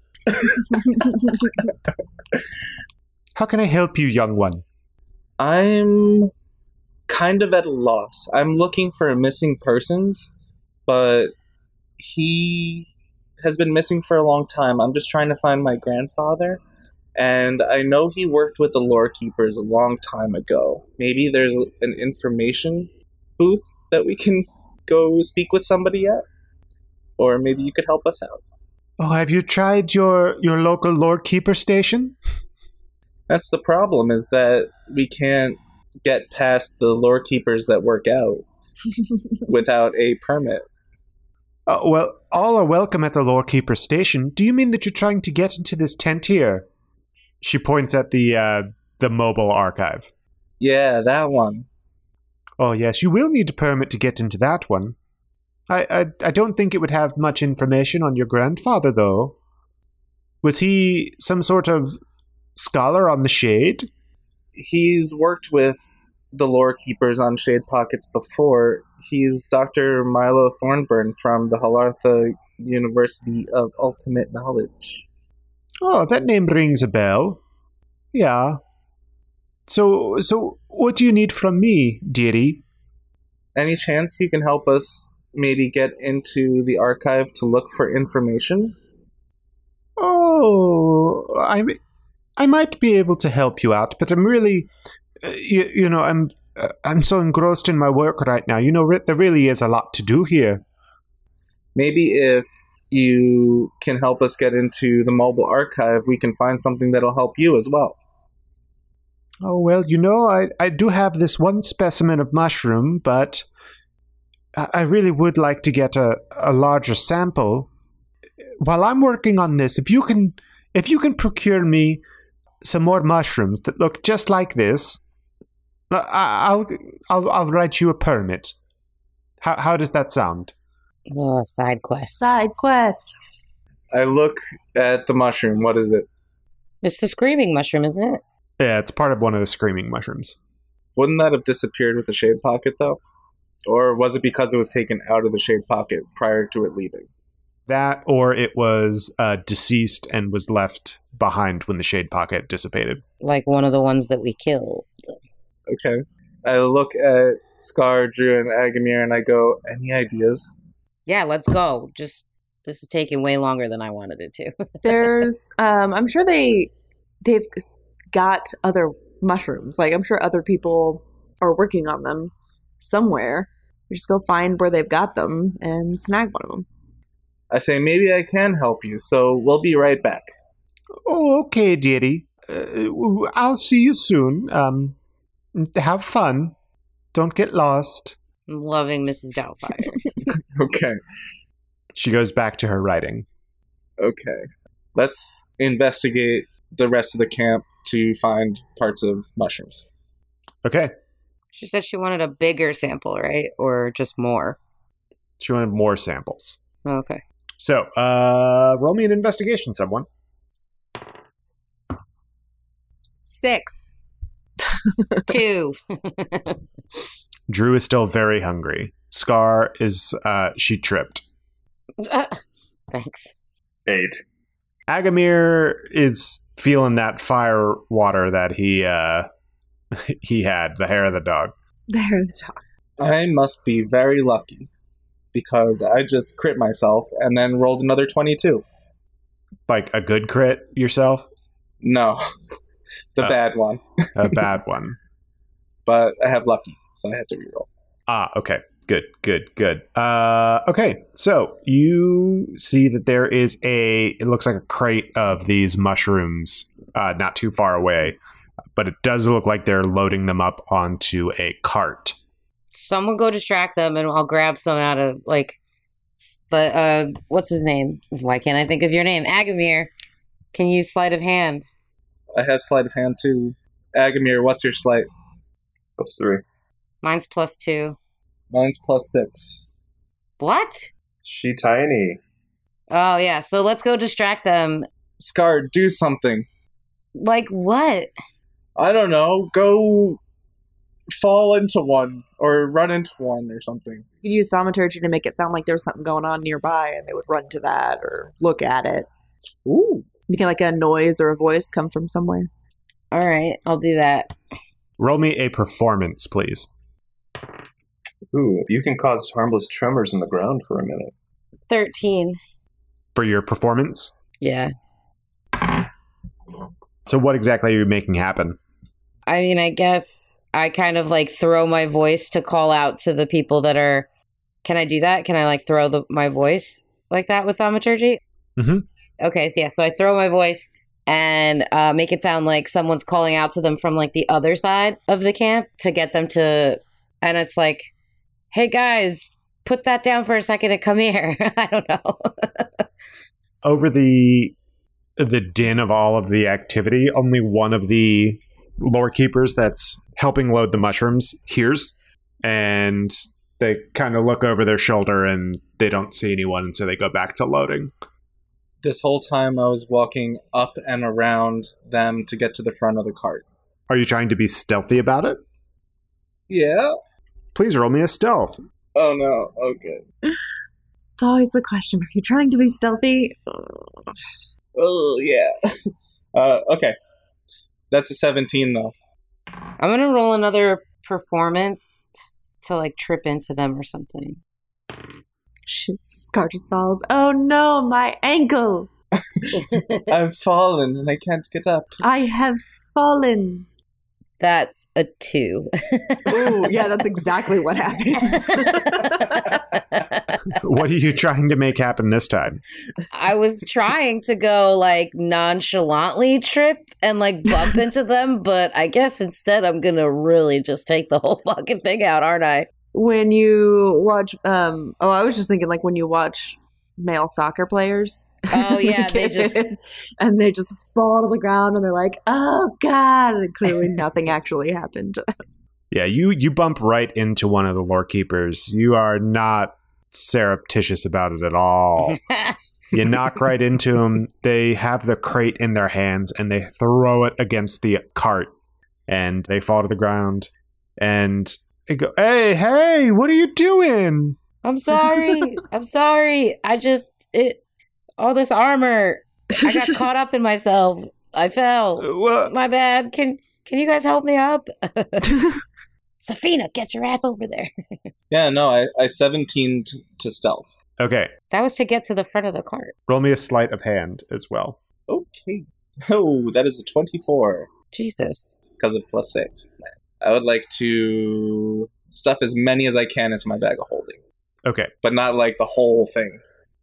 Speaker 1: How can I help you, young one?"
Speaker 3: I'm kind of at a loss. I'm looking for a missing persons, but he has been missing for a long time. I'm just trying to find my grandfather, and I know he worked with the lore keepers a long time ago. Maybe there's an information booth that we can go speak with somebody at, or maybe you could help us out.
Speaker 1: Oh, have you tried your your local lord keeper station?
Speaker 3: That's the problem is that we can't get past the lore keepers that work out without a permit.
Speaker 1: Uh, well, all are welcome at the lore keeper station. Do you mean that you're trying to get into this tent here? She points at the uh, the mobile archive.
Speaker 3: Yeah, that one.
Speaker 1: Oh yes, you will need a permit to get into that one. I, I I don't think it would have much information on your grandfather though. Was he some sort of scholar on the shade?
Speaker 3: He's worked with the lore keepers on Shade Pockets before. He's Dr. Milo Thornburn from the Halartha University of Ultimate Knowledge.
Speaker 1: Oh, that name rings a bell. Yeah. So so what do you need from me, dearie?
Speaker 3: Any chance you can help us maybe get into the archive to look for information?
Speaker 1: Oh, I I might be able to help you out, but I'm really uh, you, you know, I'm uh, I'm so engrossed in my work right now. You know, re- there really is a lot to do here.
Speaker 3: Maybe if you can help us get into the mobile archive, we can find something that'll help you as well.
Speaker 1: Oh, well, you know, I, I do have this one specimen of mushroom, but I, I really would like to get a, a larger sample. While I'm working on this, if you can if you can procure me some more mushrooms that look just like this, I, I'll, I'll I'll write you a permit. How, how does that sound?
Speaker 2: *laughs* Oh, side quest.
Speaker 4: Side quest.
Speaker 3: I look at the mushroom. What is it?
Speaker 2: It's the screaming mushroom, isn't it?
Speaker 1: Yeah, it's part of one of the screaming mushrooms.
Speaker 3: Wouldn't that have disappeared with the shade pocket though? Or was it because it was taken out of the shade pocket prior to it leaving?
Speaker 1: That, or it was uh, deceased and was left behind when the shade pocket dissipated.
Speaker 2: Like one of the ones that we killed.
Speaker 3: Okay. I look at Scar, Drew, and Agamir and I go, any ideas?
Speaker 2: Yeah, let's go. Just this is taking way longer than I wanted it to. *laughs*
Speaker 4: *laughs* There's, um, I'm sure they they've got other mushrooms. Like I'm sure other people are working on them somewhere. We just go find where they've got them and snag one of them.
Speaker 3: I say, maybe I can help you, so we'll be right back. *laughs*
Speaker 1: Oh, okay, dearie. Uh, I'll see you soon. Um, have fun. Don't get lost.
Speaker 2: I'm loving Mrs.
Speaker 4: *laughs*
Speaker 2: Doubtfire.
Speaker 3: Okay,
Speaker 1: She goes back to her writing.
Speaker 3: okay. Let's investigate the rest of the camp to find parts of mushrooms.
Speaker 1: Okay.
Speaker 2: she said she wanted a bigger sample, right? Or just more.
Speaker 1: She wanted more samples.
Speaker 2: Okay.
Speaker 1: So, uh, roll me an investigation, someone.
Speaker 4: Six.
Speaker 2: Two. *laughs*
Speaker 1: Drew is still very hungry. Scar is, uh, she tripped.
Speaker 2: Thanks.
Speaker 5: Eight.
Speaker 1: Agamir is feeling that fire water that he, uh, *laughs* he had, the hair of the dog.
Speaker 4: There the talk.
Speaker 3: I must be very lucky because I just crit myself and then rolled another 22.
Speaker 1: Like a good crit yourself,
Speaker 3: No, *laughs* the
Speaker 1: Oh.
Speaker 3: bad one.
Speaker 1: a *laughs* bad one.
Speaker 3: But I have lucky, so I had to reroll.
Speaker 1: Ah, okay. Good, good, good. Uh, okay, so you see that there is a, it looks like a crate of these mushrooms uh, not too far away, but it does look like they're loading them up onto a cart.
Speaker 2: Someone go distract them, and I'll grab some out of like the uh, what's his name? Why can't I think of your name? Agamir. Can you sleight of hand?
Speaker 3: I have sleight of hand too. Agamir, what's your sleight?
Speaker 5: Plus three.
Speaker 2: Mine's plus two.
Speaker 3: Mine's plus six.
Speaker 2: What?
Speaker 5: She tiny.
Speaker 2: Oh yeah. So let's go distract them.
Speaker 3: Scar, do something.
Speaker 2: Like what?
Speaker 3: I don't know. Go fall into one or run into one or something.
Speaker 4: You could use thaumaturgy to make it sound like there's something going on nearby and they would run to that or look at it.
Speaker 3: Ooh.
Speaker 4: You can like a noise or a voice come from somewhere.
Speaker 2: All right, I'll do that.
Speaker 1: Roll me a performance, please.
Speaker 5: Ooh, you can cause harmless tremors in the ground for a minute.
Speaker 2: Thirteen.
Speaker 1: For your performance?
Speaker 2: Yeah.
Speaker 1: So, what exactly are you making happen?
Speaker 2: I mean, I guess I kind of like throw my voice to call out to the people that are. Can I do that? Can I like throw the, my voice like that with thaumaturgy?
Speaker 1: Mhm.
Speaker 2: Okay, so yeah, so I throw my voice and uh, make it sound like someone's calling out to them from like the other side of the camp to get them to. And it's like, hey guys, put that down for a second and come here. *laughs* I don't know.
Speaker 1: over the the din of all of the activity, only one of the lore keepers that's helping load the mushrooms hears, and they kind of look over their shoulder and they don't see anyone, and so they go back to loading.
Speaker 3: This whole time I was walking up and around them to get to the front of the cart.
Speaker 1: Are you trying to be stealthy about it?
Speaker 3: Yeah.
Speaker 1: Please roll me a stealth.
Speaker 3: Oh no. Okay.
Speaker 4: It's always the question. Are you trying to be stealthy? Ugh.
Speaker 3: Oh yeah. *laughs* uh, okay. That's a 17 though.
Speaker 2: I'm going to roll another performance t- to like trip into them or something.
Speaker 4: Shit, Scar just falls. Oh no, my ankle.
Speaker 3: I've fallen and I can't get up.
Speaker 4: I have fallen.
Speaker 2: That's a two.
Speaker 4: Ooh, yeah, that's exactly what happens.
Speaker 1: what are you trying to make happen this time?
Speaker 2: I was trying to go like nonchalantly trip and like *laughs* bump into them, but I guess instead I'm gonna really just take the whole fucking thing out, aren't I?
Speaker 4: *laughs* when you watch, um, oh, I was just thinking like when you watch male soccer players. *laughs*
Speaker 2: Oh yeah, *laughs* they just
Speaker 4: and they just
Speaker 2: *laughs*
Speaker 4: fall to the ground and they're like, oh god, and clearly nothing actually happened.
Speaker 1: Yeah, you you bump right into one of the lore keepers. You are not surreptitious about it at all. you knock right into them. They have the crate in their hands and they throw it against the cart and they fall to the ground and they go, "Hey, hey, what are you doing?"
Speaker 2: I'm sorry. I'm sorry. I just it all this armor. I *laughs*
Speaker 4: *laughs*
Speaker 2: got caught up in myself. I fell.
Speaker 1: Uh, Well,
Speaker 2: My bad. Can can you guys help me *laughs* up? Safina, get your ass over there.
Speaker 3: Yeah, no, I, I 17 to stealth.
Speaker 1: okay.
Speaker 2: That was to get to the front of the cart.
Speaker 1: Roll me a sleight of hand as well.
Speaker 3: Okay. Oh, that is a 24
Speaker 2: Jesus.
Speaker 3: because of plus 6. Isn't it? I would like to stuff as many as I can into my bag of holding,
Speaker 1: Okay.
Speaker 3: but not like the whole thing.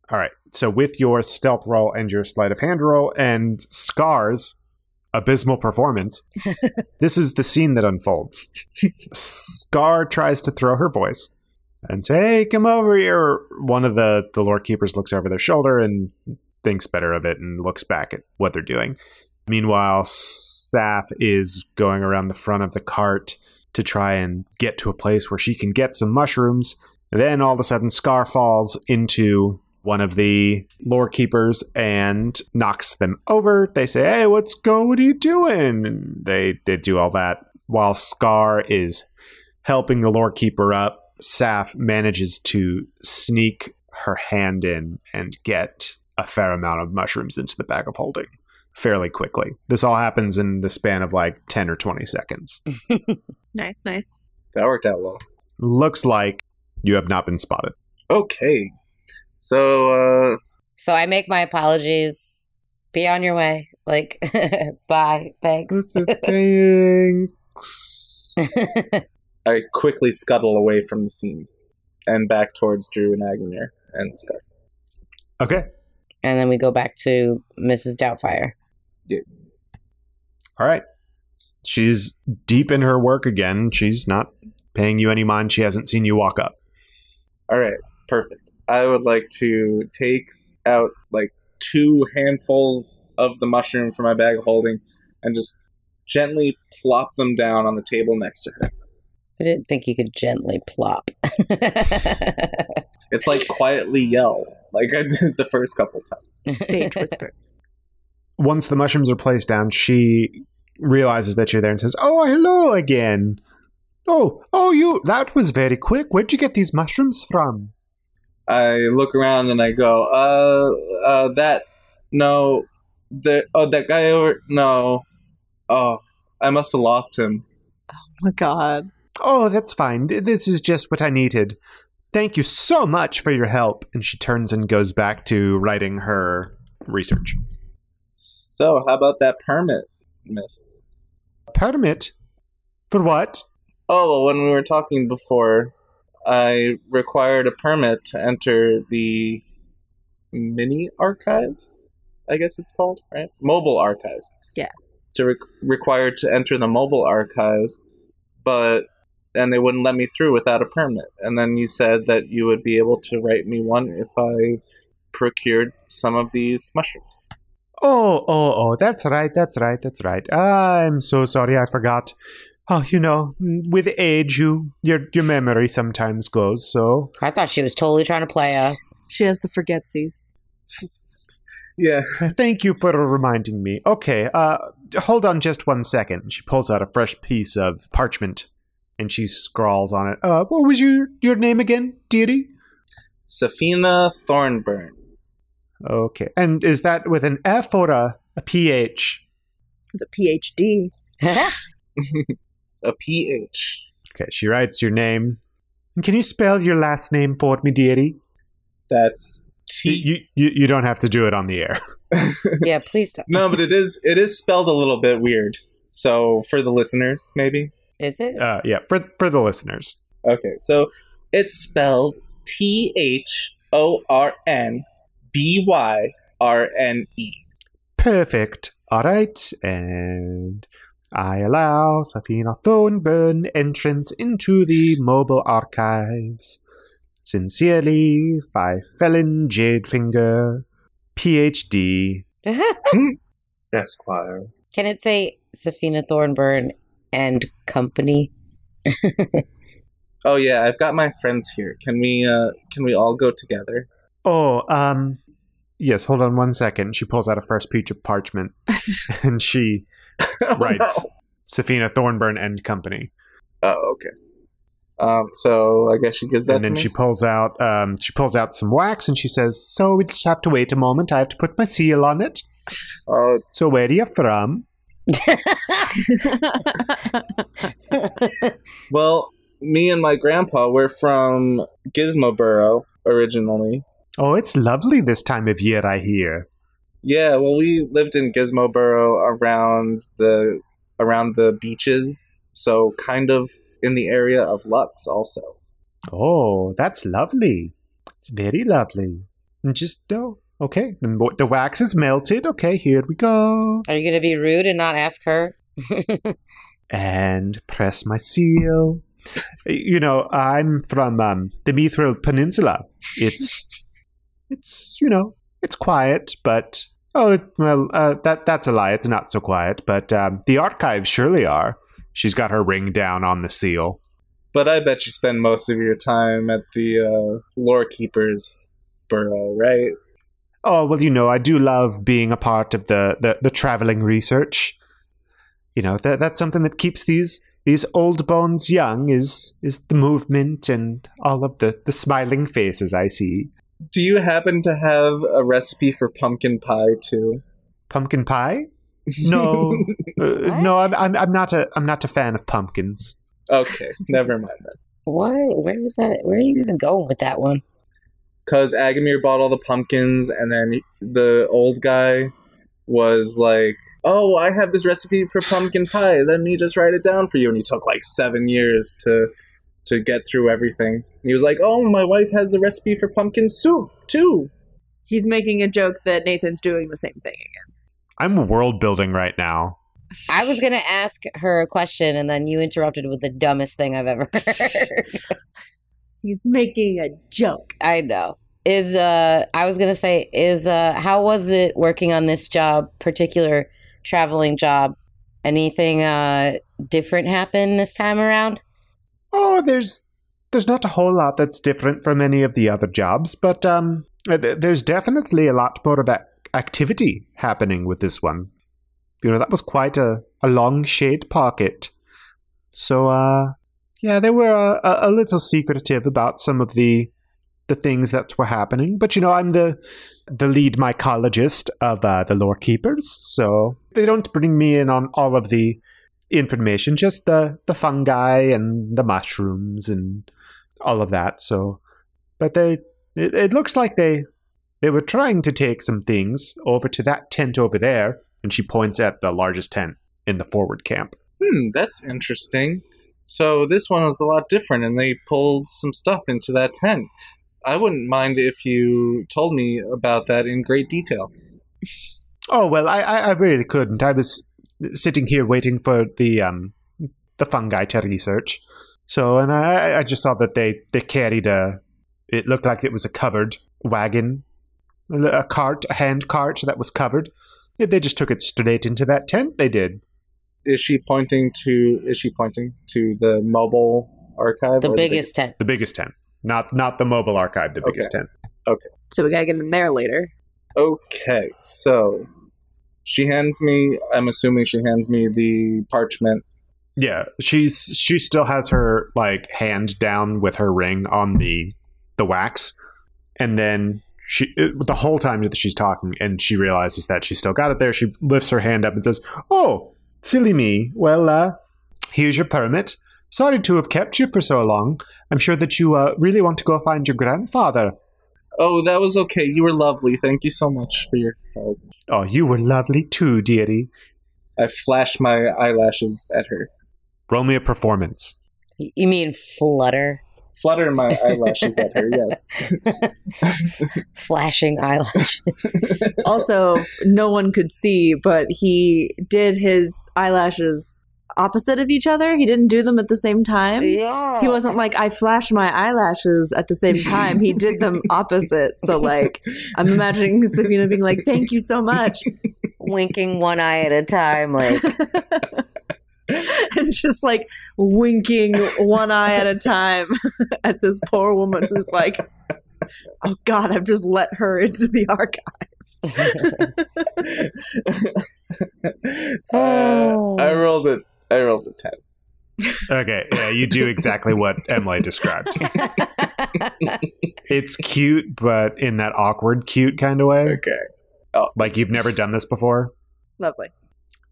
Speaker 1: All right. So with your stealth roll and your sleight of hand roll and Scar's abysmal performance, this is the scene that unfolds. Scar tries to throw her voice and say, "Hey, come over here." One of the the lore keepers looks over their shoulder and thinks better of it and looks back at what they're doing. Meanwhile, Saf is going around the front of the cart to try and get to a place where she can get some mushrooms. Then all of a sudden, Scar falls into one of the lore keepers and knocks them over. They say, "Hey, what's going? What are you doing?" And they they do all that while Scar is helping the lore keeper up. Saf manages to sneak her hand in and get a fair amount of mushrooms into the bag of holding fairly quickly. This all happens in the span of like 10 or 20 seconds.
Speaker 4: Nice, nice.
Speaker 3: That worked out well.
Speaker 1: Looks like you have not been spotted.
Speaker 3: Okay. So, uh,
Speaker 2: So I make my apologies. Be on your way. Like, *laughs* bye. Thanks.
Speaker 1: Thanks.
Speaker 3: *laughs* I quickly scuttle away from the scene and back towards Drew and Agnir and Scar.
Speaker 1: Okay.
Speaker 2: *laughs* and then we go back to Mrs. Doubtfire.
Speaker 3: Yes.
Speaker 1: All right. She's deep in her work again. She's not paying you any mind. She hasn't seen you walk up.
Speaker 3: All right. Perfect. I would like to take out like two handfuls of the mushroom from my bag of holding and just gently plop them down on the table next to her.
Speaker 2: I didn't think you could gently plop. *laughs*
Speaker 3: It's like quietly yell, like I did the first couple times.
Speaker 4: Stage whisper.
Speaker 1: Once the mushrooms are placed down, she realizes that you're there and says, Oh, hello again. Oh, oh, you. That was very quick. Where'd you get these mushrooms from?
Speaker 3: I look around and I go, uh, uh, that, no, there, oh, that guy over, no, oh, I must have lost him.
Speaker 4: *laughs* Oh my god.
Speaker 1: Oh, that's fine. Th- This is just what I needed. Thank you so much for your help. And she turns and goes back to writing her research.
Speaker 3: So, how about that permit, miss?
Speaker 1: Permit? For what?
Speaker 3: Oh, well, when we were talking before, I required a permit to enter the mini archives, I guess it's called, right? Mobile archives.
Speaker 4: Yeah.
Speaker 3: To re- required to enter the mobile archives, but and they wouldn't let me through without a permit. And then you said that you would be able to write me one if I procured some of these
Speaker 1: *laughs*
Speaker 3: mushrooms.
Speaker 1: Oh, oh, oh, that's right, that's right, that's right. I'm so sorry, I forgot. Oh, you know, with age, you your your memory sometimes goes. So,
Speaker 2: I thought she was totally trying to play us.
Speaker 4: She has the forgetsies.
Speaker 3: yeah.
Speaker 1: uh, thank you for reminding me. Okay, uh, hold on just one second. She pulls out a fresh piece of parchment, and she scrawls on it. Uh, what was your your name again, deity?
Speaker 3: Safina Thornburn.
Speaker 1: Okay, and is that with an F or a, a PH?
Speaker 4: The PhD.
Speaker 3: A PH.
Speaker 1: Okay, she writes your name. And Can you spell your last name for me, deity?
Speaker 3: That's T
Speaker 1: You, you you don't have to do it on the air.
Speaker 2: *laughs* yeah, please don't.
Speaker 3: *laughs* No, but it is it is spelled a little bit weird. So for the listeners, maybe.
Speaker 2: Is it?
Speaker 1: Uh, yeah, for for the listeners.
Speaker 3: Okay, so it's spelled T H O R N B Y R N E.
Speaker 1: Perfect. All right, and I allow Safina Thornburn entrance into the mobile archives. Sincerely, Five Felon Jadefinger, PhD.
Speaker 2: *laughs*
Speaker 5: Esquire.
Speaker 2: Can it say Safina Thornburn and company?
Speaker 3: Oh yeah, I've got my friends here. Can we uh can we all go together? *laughs*
Speaker 1: Oh, um, yes. Hold on one second. She pulls out a fresh peach of
Speaker 3: *laughs*
Speaker 1: parchment, and she
Speaker 3: Oh,
Speaker 1: writes
Speaker 3: no.
Speaker 1: Safina Thornburn and Company.
Speaker 3: Oh, okay. Um so I guess she gives that
Speaker 1: and
Speaker 3: to
Speaker 1: then
Speaker 3: me.
Speaker 1: she pulls out, um, she pulls out some wax, and she says, "So we just have to wait a moment. I have to put my seal on it.
Speaker 3: oh
Speaker 1: So where are you from?
Speaker 3: well, me and my grandpa we're from Gizmoboro originally.
Speaker 1: Oh, it's lovely this time of year, I hear.
Speaker 3: Yeah, well, we lived in Gizmoboro around the around the beaches, so kind of in the area of Lux also.
Speaker 1: Oh, that's lovely. It's very lovely. And just oh, okay. Then wa- the wax is melted. Okay, here we go.
Speaker 2: Are you going to be rude and not ask her? *laughs*
Speaker 1: and press my seal. you know, I'm from um, the Mithril Peninsula. It's, it's you know, it's quiet, but oh it- well, uh, that that's a lie. It's not so quiet, but um, the archives surely are. She's got her ring down on the seal.
Speaker 3: But I bet you spend most of your time at the uh, lore keepers burrow, right?
Speaker 1: Oh well, you know, I do love being a part of the the, the traveling research. You know, that that's something that keeps these these old bones young is is the movement and all of the the smiling faces I see.
Speaker 3: Do you happen to have a recipe for pumpkin pie too?
Speaker 1: Pumpkin pie? No, Uh, no, I'm,
Speaker 2: What?
Speaker 1: I'm I'm not a I'm not a fan of pumpkins.
Speaker 3: okay, never mind then.
Speaker 2: What? Where was that? Where are you even going with that one?
Speaker 3: Cause Agamir bought all the pumpkins, and then the old guy was like, "Oh, I have this recipe for pumpkin pie. Let me just write it down for you." And he took like seven years to to get through everything. And he was like, "Oh, my wife has the recipe for pumpkin soup too."
Speaker 4: He's making a joke that Nathan's doing the same thing again.
Speaker 1: I'm world building right now.
Speaker 2: I was going to ask her a question and then you interrupted with the dumbest thing I've ever *laughs* heard.
Speaker 4: He's making a joke.
Speaker 2: I know. Is uh I was going to say is uh how was it working on this job, particular traveling job? Anything uh different happen this time around?
Speaker 1: Oh, there's there's not a whole lot that's different from any of the other jobs, but um, uh, th- there's definitely a lot more of ac- activity happening with this one. You know, that was quite a, a long shade pocket. So, uh, yeah, they were a, a, a little secretive about some of the the things that were happening, but you know, I'm the the lead mycologist of uh, the lore keepers, so they don't bring me in on all of the information, just the the fungi and the mushrooms and all of that. So, but they it, it looks like they they were trying to take some things over to that tent over there, and she points at the largest tent in the forward camp.
Speaker 3: Hmm, that's interesting. So this one was a lot different, and they pulled some stuff into that tent. I wouldn't mind if you told me about that in great detail.
Speaker 1: Oh well, I I, I really couldn't. I was sitting here waiting for the um the fungi to research. So, and I I- I just saw that they they carried a it looked like it was a covered wagon, a cart, a hand cart that was covered. They just took it straight into that tent. They did.
Speaker 3: is she pointing to is she pointing to the mobile archive
Speaker 2: The
Speaker 3: or
Speaker 2: biggest tent.
Speaker 1: The biggest tent, not not the mobile archive. The biggest tent.
Speaker 4: So we gotta get in there later.
Speaker 3: big- okay so she hands me i'm assuming she hands me the parchment
Speaker 1: Yeah, she's she still has her like hand down with her ring on the the wax, and then she it- the whole time that she's talking, and she realizes that she's still got it there. She lifts her hand up and says, "Oh, silly me! Well, uh, here's your permit. Sorry to have kept you for so long. I'm sure that you uh, really want to go find your grandfather.
Speaker 3: oh that was okay you were lovely thank you so much for your help
Speaker 1: Oh, you were lovely too, dearie.
Speaker 3: i flash my eyelashes at her
Speaker 1: Roll me a performance."
Speaker 2: You mean flutter?
Speaker 3: flutter my
Speaker 2: *laughs*
Speaker 3: eyelashes at her yes
Speaker 2: Flashing eyelashes.
Speaker 4: *laughs* Also, no one could see, but he did his eyelashes opposite of each other. He didn't do them at the same time.
Speaker 2: yeah.
Speaker 4: He wasn't like I flashed my eyelashes at the same time. He did *laughs* them opposite. So like I'm imagining *laughs* Savina being like, "Thank you so much."
Speaker 2: winking one eye at a time, like
Speaker 4: *laughs* and just like winking one eye at a time *laughs* at this poor woman who's like, oh God, I've just let her into the archive.
Speaker 2: Oh.
Speaker 3: Uh, I rolled it. I rolled a ten.
Speaker 1: Okay, yeah, you do exactly what Emily described. It's cute, but in that awkward cute kind of
Speaker 2: Mm.
Speaker 1: way.
Speaker 3: Okay. Awesome.
Speaker 1: Like you've never done this before.
Speaker 4: Lovely.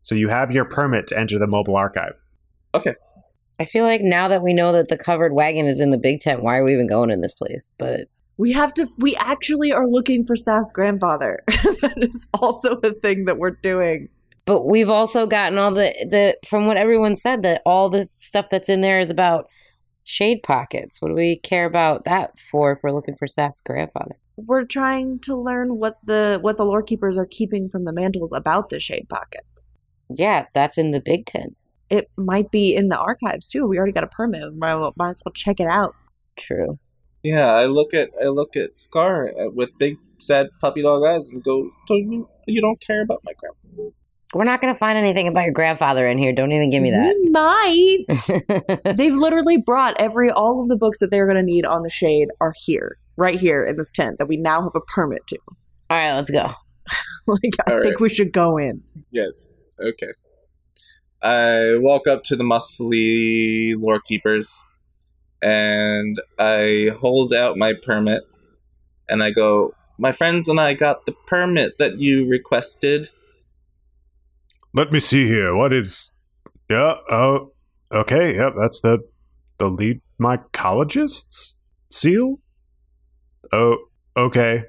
Speaker 1: So you have your permit to enter the mobile archive.
Speaker 2: *laughs* I feel like now that we know that the covered wagon is in the big tent, why are we even going in this place? But
Speaker 4: We have to, we actually are looking for Saf's grandfather. *laughs* that is also a thing that we're doing.
Speaker 2: but we've also gotten all the the from what everyone said that all the stuff that's in there is about shade pockets. What do we care about that for if we're looking for Saf's grandfather?
Speaker 4: We're trying to learn what the what the lore keepers are keeping from the mantles about the shade pockets.
Speaker 2: Yeah, that's in the big tent.
Speaker 4: It might be in the archives too. We already got a permit. We might, might as well check it out.
Speaker 2: True.
Speaker 3: Yeah, I look at I look at Scar uh, with big sad puppy dog eyes and go, "Don't you? You don't care about my grandpa."
Speaker 2: We're not going to find anything about your grandfather in here. Don't even give me
Speaker 4: We might.
Speaker 2: *laughs* that.
Speaker 4: They've literally brought every all of the books that they're going to need on the shade are here, right here in this tent that we now have a permit to. *laughs*
Speaker 2: all right, let's go.
Speaker 4: Like, I
Speaker 3: All
Speaker 4: think
Speaker 3: right.
Speaker 4: we should go in.
Speaker 3: Yes. Okay. I walk up to the muscly lore keepers and I hold out my permit and I go, My friends and I got the permit that you requested.
Speaker 1: Let me see here. What is? Yeah. Oh. Okay. Yeah. That's the the lead mycologist's seal. Oh. Okay.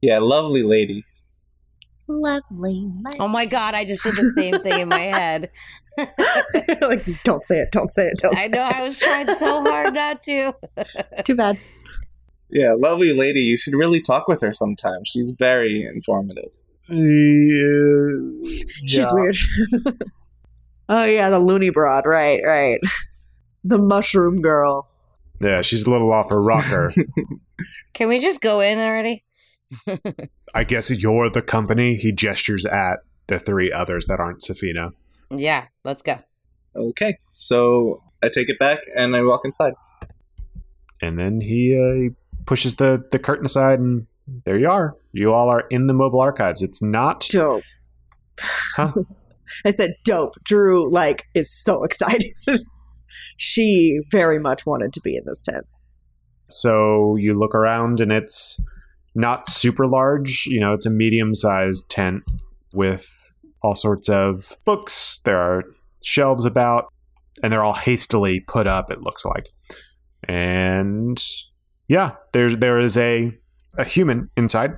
Speaker 3: Yeah, lovely lady.
Speaker 4: Lovely
Speaker 2: Oh my god, I just did the same thing *laughs* in my head.
Speaker 4: like, don't say it, don't say it, don't
Speaker 2: I
Speaker 4: say
Speaker 2: know I was trying so hard not to.
Speaker 4: it. Too bad.
Speaker 3: Yeah, lovely lady. You should really talk with her sometime. She's very informative.
Speaker 4: She's weird. *laughs* oh, yeah, the loony broad. Right, right. The mushroom girl.
Speaker 1: Yeah. She's a little off her
Speaker 3: *laughs*
Speaker 1: rocker.
Speaker 2: Can we just go in already?
Speaker 1: I guess you're the company. He gestures at the three others that aren't Safina.
Speaker 2: Yeah, let's go.
Speaker 3: Okay, so I take it back and I walk inside.
Speaker 1: and then he, uh, he pushes the, the curtain aside and there you are you all are in the mobile archives it's not
Speaker 4: Dope.
Speaker 1: Huh?
Speaker 4: *laughs* I said dope. Drew, like, is so *laughs* excited. she very much wanted to be in this tent.
Speaker 1: so you look around and it's not super large you know it's a medium sized tent with all sorts of books there are shelves about and they're all hastily put up it looks like and yeah there's there is a a human inside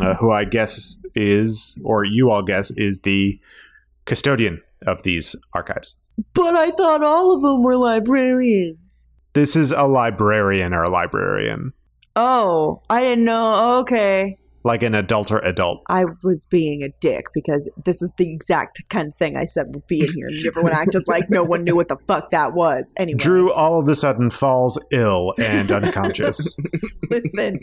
Speaker 1: uh, who i guess is or you all guess is the custodian of these archives
Speaker 4: But I thought all of them were librarians.
Speaker 1: this is a librarian or a librarian
Speaker 4: Oh, I didn't know. Okay.
Speaker 1: like an adult or adult
Speaker 4: I was being a dick because this is the exact kind of thing I said would be in here. And everyone acted like no one knew what the fuck that was. Anyway,
Speaker 1: Drew all of a sudden falls ill and
Speaker 3: *laughs*
Speaker 1: unconscious.
Speaker 4: *laughs* listen.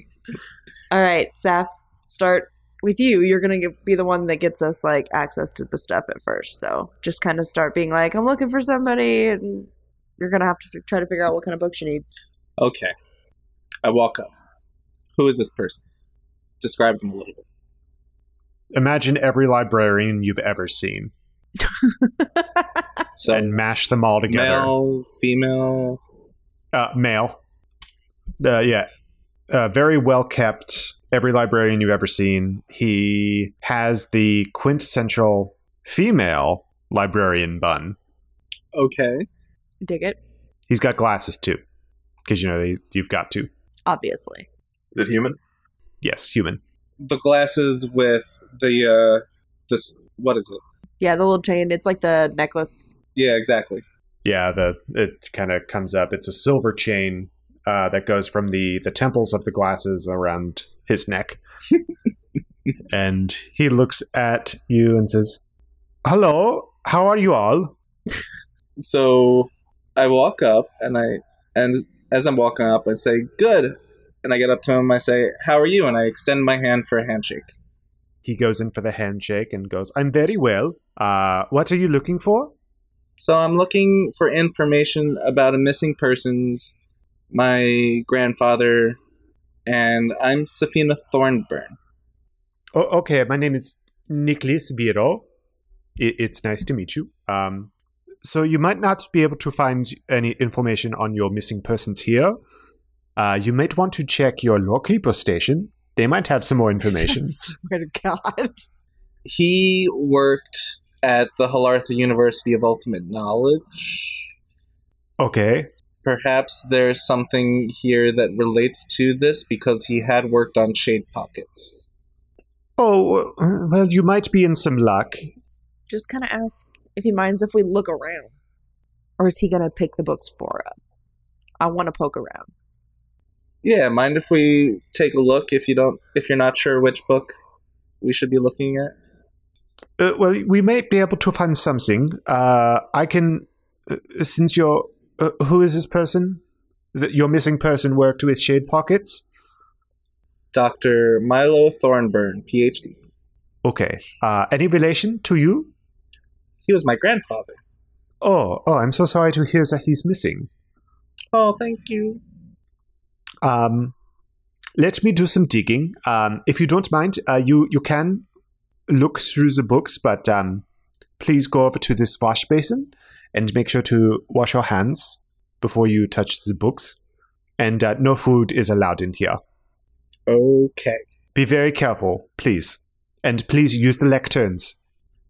Speaker 4: All right, Saf, start with you. You're going to be the one that gets us like access to the stuff at first. So just kind of start being like, I'm looking for somebody. And you're going to have to f- try to figure out what kind of books you need.
Speaker 3: Okay. I walk up. Who is this person? Describe them a little bit.
Speaker 1: Imagine every librarian you've ever seen
Speaker 3: So
Speaker 1: and mash them all together.
Speaker 3: male, female.
Speaker 1: Uh, male. Uh, yeah. Uh, very well kept. Every librarian you've ever seen. He has the quintessential female librarian bun.
Speaker 3: Okay.
Speaker 4: Dig it?
Speaker 1: He's got glasses too, because you know they, you've got to.
Speaker 4: Obviously.
Speaker 5: Is it human?
Speaker 1: Yes, human.
Speaker 3: The glasses with the uh this what is it?
Speaker 4: Yeah, the little chain. It's like the necklace.
Speaker 3: Yeah, exactly.
Speaker 1: yeah the it kind of comes up it's a silver chain uh, that goes from the the temples of the glasses around his neck and he looks at you and says hello how are you all
Speaker 3: So I walk up and I and as I'm walking up I say, Good and I get up to him I say, How are you? And I extend my hand for a handshake.
Speaker 1: he goes in for the handshake and goes i'm very well uh, what are you looking for
Speaker 3: So I'm looking for information about a missing persons, my grandfather, and I'm Safina Thornburn.
Speaker 1: Oh, okay, my name is Nicholas Biro. It, it's nice to meet you. Um, so you might not be able to find any information on your missing persons here. Uh, you might want to check your lawkeeper station. They might have some more
Speaker 4: *laughs*
Speaker 1: information.
Speaker 4: Swear to Oh God.
Speaker 3: He worked at the Halartha University of Ultimate Knowledge.
Speaker 1: okay.
Speaker 3: Perhaps there's something here that relates to this because he had worked on Shade Pockets.
Speaker 1: Oh, uh, well, you might be in some luck.
Speaker 4: Just kind of ask if he minds if we look around. Or is he going to pick the books for us? I want to poke around.
Speaker 3: Yeah, mind if we take a look if you don't if you're not sure which book we should be looking at?
Speaker 1: Uh, well, we may be able to find something. Uh, I can, uh, since you're, uh, who is this person? That your missing person worked with Shade Pockets?
Speaker 3: Dr. Milo Thornburn, PhD.
Speaker 1: Okay. Uh, any relation to you?
Speaker 3: He was my grandfather.
Speaker 1: Oh, oh, I'm so sorry to hear that he's missing.
Speaker 3: Oh, thank you.
Speaker 1: Um, let me do some digging. Um, if you don't mind, uh, you you can look through the books, but um, please go over to this wash basin and make sure to wash your hands before you touch the books. And uh, no food is allowed in here.
Speaker 3: Okay.
Speaker 1: Be very careful, please, and please use the lecterns.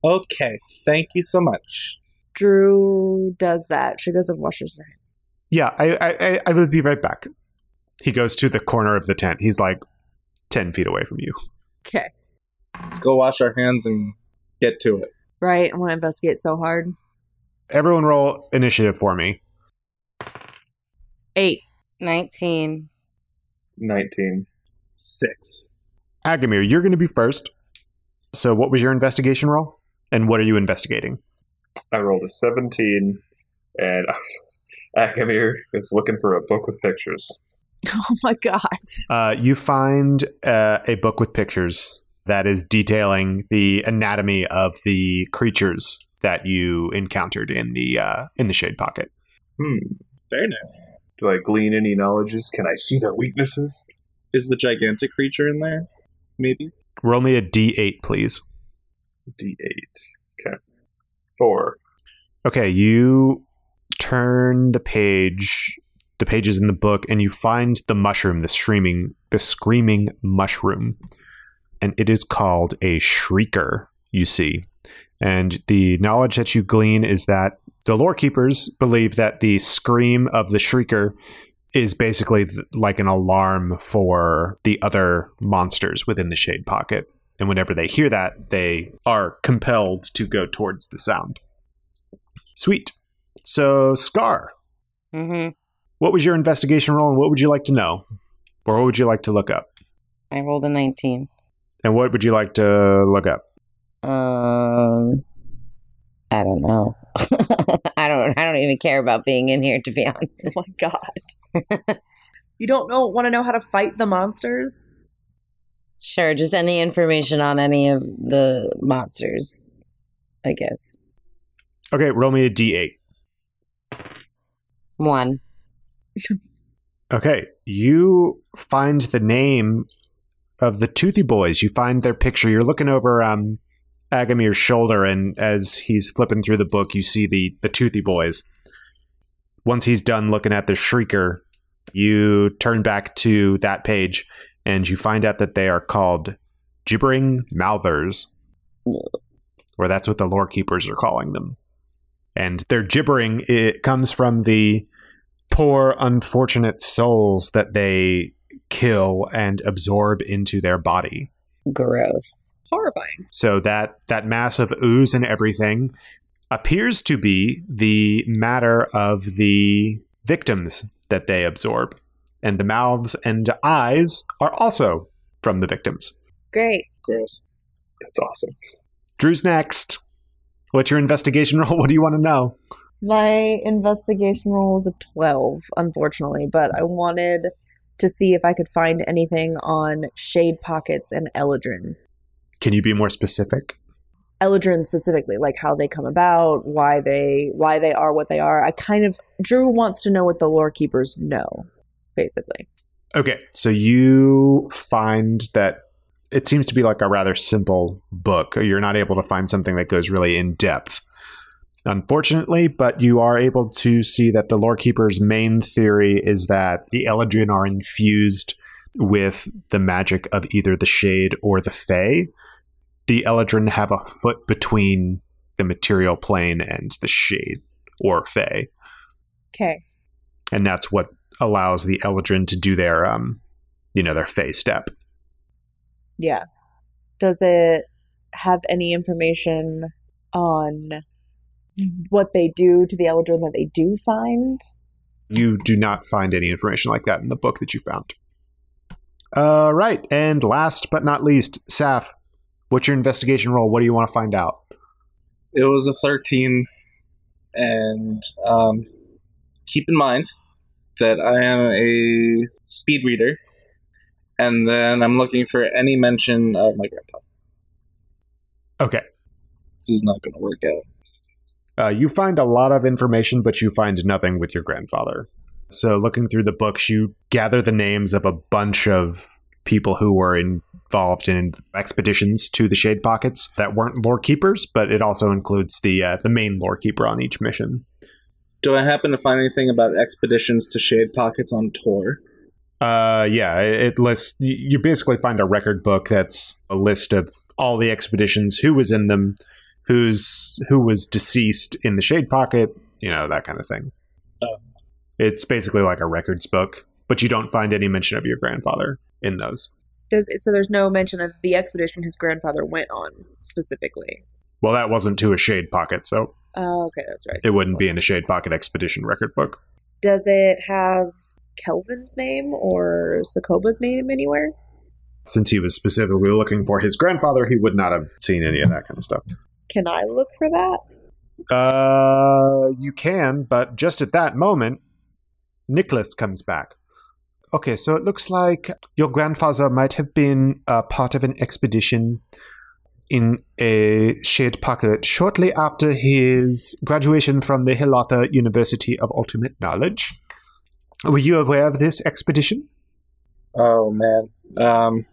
Speaker 3: Okay. Thank you so much.
Speaker 4: Drew does that. She goes and washes her hands.
Speaker 1: Yeah, I I, I- I will be right back. He goes to the corner of the tent. He's like ten feet away from you.
Speaker 4: Okay.
Speaker 3: Let's go wash our hands and get to it.
Speaker 4: Right? I want to investigate so hard.
Speaker 1: Everyone, roll initiative for me.
Speaker 4: Eight. *laughs*
Speaker 2: 19.
Speaker 5: 19.
Speaker 3: Six.
Speaker 1: Agamir, you're going to be first. So, what was your investigation roll? And what are you investigating?
Speaker 5: I rolled a 17, and *laughs* Akamir is looking for a book with pictures.
Speaker 4: Oh my God.
Speaker 1: Uh, you find uh, a book with pictures that is detailing the anatomy of the creatures that you encountered in the uh, in the shade pocket.
Speaker 5: Hmm.
Speaker 3: Very nice.
Speaker 5: Do I glean any knowledges? Can I see their weaknesses?
Speaker 3: Is the gigantic creature in there? Maybe.
Speaker 1: Roll me a d8, please.
Speaker 5: D8. Okay. Four.
Speaker 1: Okay, you turn the page, the pages in the book, and you find the mushroom, the screaming, the screaming mushroom, and it is called a shrieker. You see, and the knowledge that you glean is that the lore keepers believe that the scream of the shrieker is basically th- like an alarm for the other monsters within the shade pocket. And whenever they hear that, they are compelled to go towards the sound. Sweet. So, Scar,
Speaker 2: Mm-hmm.
Speaker 1: what was your investigation role and what would you like to know? Or what would you like to look up?
Speaker 2: I rolled a 19.
Speaker 1: And what would you like to look up?
Speaker 2: Um, I don't know. *laughs* I don't. I don't even care about being in here, to be *laughs*
Speaker 4: Oh my
Speaker 2: honest.
Speaker 4: God. you don't know want to know how to fight the monsters?
Speaker 2: Sure, just any information on any of the monsters, I guess.
Speaker 1: Okay, roll me a d8.
Speaker 2: One.
Speaker 1: Okay, you find the name of the Toothy Boys. You find their picture. You're looking over um, Agamir's shoulder, and as he's flipping through the book, you see the, the Toothy Boys. Once he's done looking at the Shrieker, you turn back to that page, and you find out that they are called Gibbering Mouthers, or that's what the lore keepers are calling them. And their gibbering it comes from the poor, unfortunate souls that they kill and absorb into their body.
Speaker 2: Gross.
Speaker 4: Horrifying.
Speaker 1: So that that mass of ooze and everything appears to be the matter of the victims that they absorb, and the mouths and eyes are also from the victims.
Speaker 4: Great.
Speaker 3: Gross.
Speaker 5: That's awesome.
Speaker 1: Drew's next. What's your investigation *laughs* role? What do you want to know?
Speaker 4: My investigation roll was a 12, unfortunately, but I wanted to see if I could find anything on Shade Pockets and Eladrin.
Speaker 1: Can you be more specific?
Speaker 4: Eladrin specifically, like how they come about, why they why they are what they are. I kind of Drew wants to know what the lore keepers know, basically.
Speaker 1: Okay, so you find that it seems to be like a rather simple book. You're not able to find something that goes really in depth, unfortunately, but you are able to see that the lore keeper's main theory is that the Eladrin are infused with the magic of either the Shade or the Fae. The Eladrin have a foot between the material plane and the Shade or Fae
Speaker 4: Okay.
Speaker 1: and that's what allows the Eldrin to do their um you know their Fey step.
Speaker 4: Yeah. Does it have any information on what they do to the Eldrin that they do find?
Speaker 1: You do not find any information like that in the book that you found. Uh, right, and last but not least, Saf, what's your investigation role? What do you want to find out?
Speaker 3: It was a 13. And um, keep in mind that I am a speed reader. And then I'm looking for any mention of my grandpa.
Speaker 1: Okay,
Speaker 3: This is not going to work out.
Speaker 1: uh, you find a lot of information, but you find nothing with your grandfather. So, looking through the books, you gather the names of a bunch of people who were involved in expeditions to the Shade Pockets that weren't lore keepers, but it also includes the uh, the main lore keeper on each mission.
Speaker 3: Do I happen to find anything about expeditions to Shade Pockets on tour?
Speaker 1: Uh, yeah, it, it lists. You you basically find a record book that's a list of all the expeditions, who was in them, who's who was deceased in the Shade Pocket, you know that kind of thing.
Speaker 3: Oh.
Speaker 1: It's basically like a records book, but you don't find any mention of your grandfather in those.
Speaker 4: Does so there's no mention of the expedition his grandfather went on specifically.
Speaker 1: Well, that wasn't to a Shade Pocket, so
Speaker 4: Oh, okay, that's right.
Speaker 1: it wouldn't be in a Shade Pocket expedition record book.
Speaker 4: Does it have Kelvin's name or Sokoba's name anywhere?
Speaker 1: Since he was specifically looking for his grandfather, he would not have seen any of that kind of stuff.
Speaker 4: Can I look for that?
Speaker 1: Uh, you can, but just at that moment, Nicholas comes back. Okay, so it looks like your grandfather might have been uh, part of an expedition in a shared pocket shortly after his graduation from the Hilatha University of Ultimate Knowledge. Were you aware of this expedition?
Speaker 3: Oh, man. Um,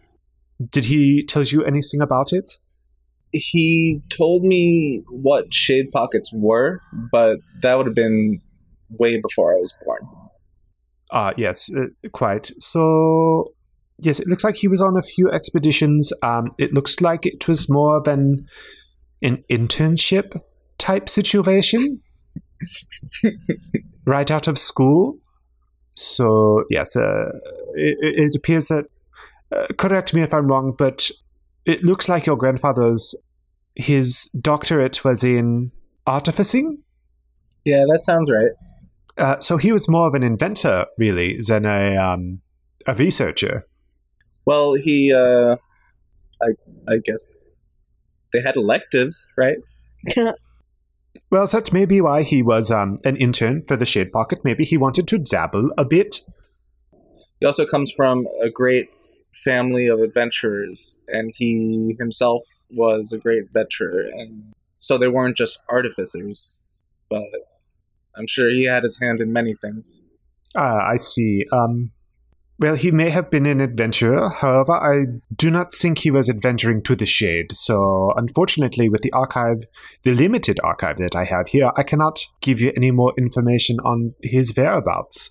Speaker 1: Did he tell you anything about it?
Speaker 3: he told me what shade pockets were, but that would have been way before I was born.
Speaker 1: Ah, yes, uh, quite. So, yes, it looks like he was on a few expeditions. Um, it looks like it was more of an an internship type situation, right out of school. So, yes, uh, it, it it appears that. Uh, correct me if I'm wrong, but it looks like your grandfather's his doctorate was in artificing.
Speaker 3: Yeah, that sounds right.
Speaker 1: Uh, so he was more of an inventor, really, than a um, a researcher.
Speaker 3: Well, he, uh, I, I guess they had electives, right?
Speaker 1: Well, so that's maybe why he was um, an intern for the Shade Pocket. Maybe he wanted to dabble a bit.
Speaker 3: He also comes from a great family of adventurers, and he himself was a great adventurer, and so they weren't just artificers, but I'm sure he had his hand in many things.
Speaker 1: Ah, I see. Um, well, he may have been an adventurer. However, I do not think he was adventuring to the Shade. So, unfortunately, with the archive, the limited archive that I have here, I cannot give you any more information on his whereabouts.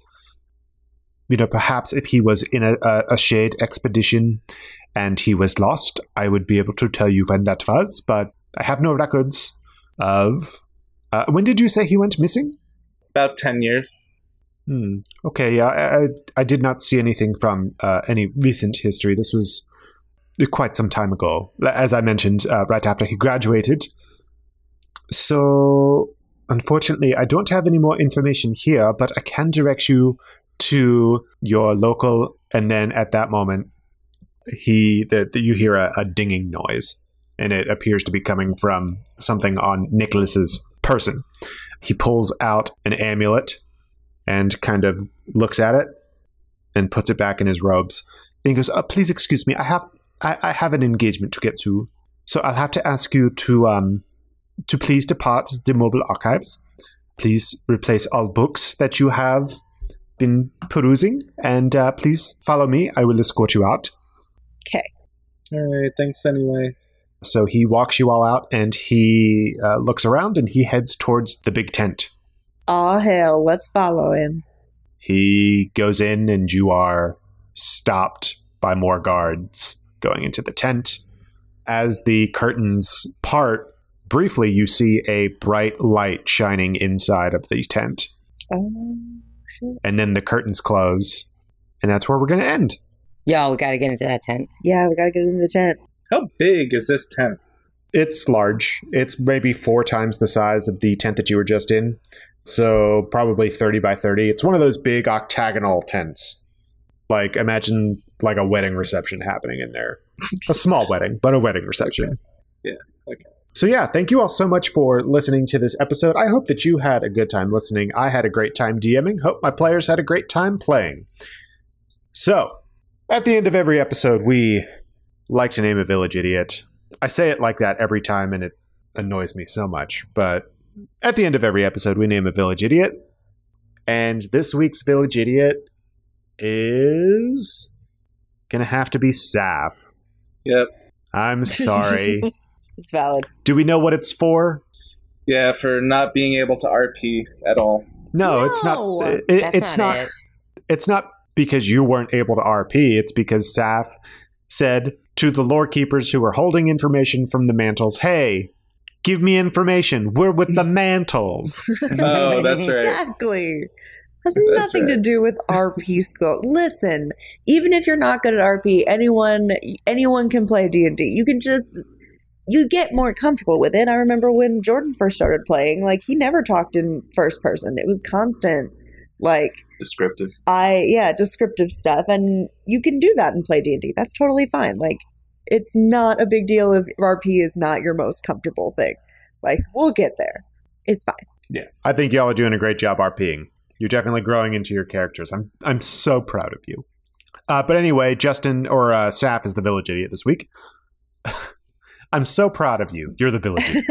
Speaker 1: You know, perhaps if he was in a, a, a Shade expedition and he was lost, I would be able to tell you when that was, but I have no records of. Uh, when did you say he went missing?
Speaker 3: About ten years.
Speaker 1: Hmm. Okay. Yeah, I, I I did not see anything from uh, any recent history. This was quite some time ago, L- as I mentioned, uh, right after he graduated. So, unfortunately, I don't have any more information here, but I can direct you to your local. And then at that moment, he that that you hear a, a dinging noise, and it appears to be coming from something on Nicholas's person. He pulls out an amulet and kind of looks at it and puts it back in his robes. And he goes, oh, "Please excuse me, I have I, I have an engagement to get to." So I'll have to ask you to um, to please depart the mobile archives. Please replace all books that you have been perusing, and uh, please follow me. I will escort you out.
Speaker 3: All right, thanks anyway.
Speaker 1: So he walks you all out, and he uh, looks around, and he heads towards the big tent.
Speaker 4: All hell, let's follow him.
Speaker 1: He goes in, and you are stopped by more guards going into the tent. As the curtains part, briefly you see a bright light shining inside of the tent,
Speaker 4: Oh, shit.
Speaker 1: and then the curtains close, and that's where we're going to end.
Speaker 2: Y'all, we gotta get into that tent.
Speaker 4: Yeah, we gotta get into the tent.
Speaker 3: How big is this tent?
Speaker 1: It's large. It's maybe four times the size of the tent that you were just in. So probably 30 by 30. It's one of those big octagonal tents. Like imagine like a wedding reception happening in there. a small wedding, but a wedding reception.
Speaker 3: Yeah, okay.
Speaker 1: So yeah, thank you all so much for listening to this episode. I hope that you had a good time listening. I had a great time DMing. Hope my players had a great time playing. So, at the end of every episode, we like to name a village idiot. I say it like that every time and it annoys me so much. But at the end of every episode, we name a village idiot. And this week's village idiot is going to have to be Saf.
Speaker 3: Yep.
Speaker 1: I'm sorry.
Speaker 4: It's valid.
Speaker 1: Do we know what it's for?
Speaker 3: Yeah, for not being able to RP at all.
Speaker 1: No, it's not.
Speaker 2: No,
Speaker 1: It,
Speaker 2: that's
Speaker 1: it's not.
Speaker 2: it.
Speaker 1: It's not because you weren't able to RP. It's because Saf said to the lore keepers who were holding information from the mantles, "Hey, give me information. We're with
Speaker 2: *laughs*
Speaker 1: the mantles."
Speaker 3: Oh, that's right.
Speaker 4: Exactly. Has
Speaker 3: That's
Speaker 4: nothing to do with RP skill. Listen, even if you're not good at RP, anyone anyone can play D and D. You can just you get more comfortable with it. I remember when Jordan first started playing, like he never talked in first person. It was constant, like
Speaker 5: Descriptive.
Speaker 4: I yeah, descriptive stuff, and you can do that and play D and D. That's totally fine. Like, it's not a big deal if RP is not your most comfortable thing. Like, we'll get there. It's fine.
Speaker 1: yeah, I think y'all are doing a great job RPing. You're definitely growing into your characters. I'm I'm so proud of you. Uh, but anyway, Justin or uh, Saf is the village idiot this week. *laughs* I'm so proud of you. You're the village idiot.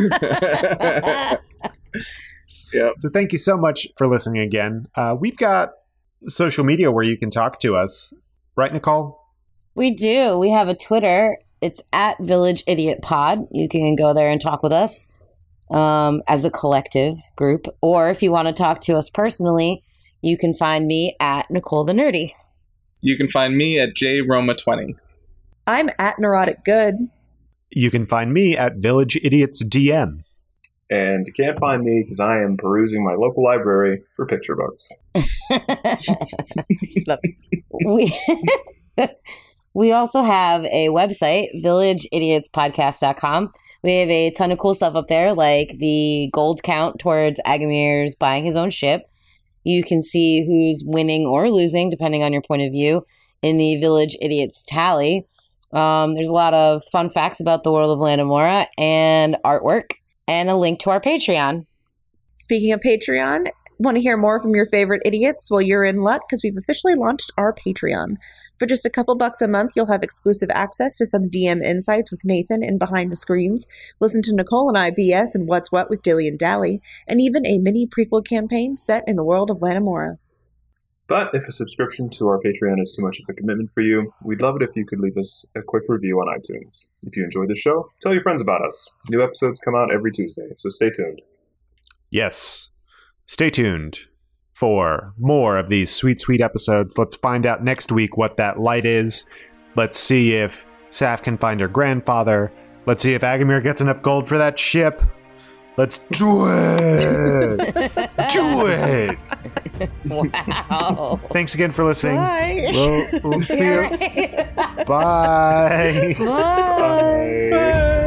Speaker 3: *laughs* Yep.
Speaker 1: So thank you so much for listening again. Uh, we've got social media where you can talk to us, right, Nicole?
Speaker 2: We do. We have a Twitter. It's at Village Idiot Pod. You can go there and talk with us um, as a collective group. Or if you want to talk to us personally, you can find me at Nicole the Nerdy.
Speaker 3: You can find me at jroma20.
Speaker 4: I'm at neurotic good.
Speaker 1: You can find me at Village Idiots DM.
Speaker 5: And you can't find me because I am perusing my local library for picture books.
Speaker 2: we *laughs* we also have a website villageidiotspodcast.com we have a ton of cool stuff up there like the gold count towards agamir's buying his own ship you can see who's winning or losing depending on your point of view in the village idiots tally um, there's a lot of fun facts about the world of Landamora and artwork and a link to our patreon *laughs*
Speaker 4: Speaking of Patreon, want to hear more from your favorite idiots? Well, you're in luck because we've officially launched our Patreon. For just a couple bucks a month, you'll have exclusive access to some DM insights with Nathan and behind the screens, listen to Nicole and I BS and What's What with Dilly and Dally, and even a mini prequel campaign set in the world of Lanamora.
Speaker 5: But if a subscription to our Patreon is too much of a commitment for you, we'd love it if you could leave us a quick review on iTunes. If you enjoyed the show, tell your friends about us. New episodes come out every Tuesday, so stay tuned.
Speaker 1: Yes. Stay tuned for more of these sweet, sweet episodes. Let's find out next week what that light is. Let's see if Saf can find her grandfather. Let's see if Agamir gets enough gold for that ship. Let's do
Speaker 2: *laughs*
Speaker 1: it. do it.
Speaker 2: wow
Speaker 1: Thanks again for listening.
Speaker 4: Bye.
Speaker 1: We'll, we'll see you. Bye.
Speaker 2: Bye.
Speaker 5: Bye.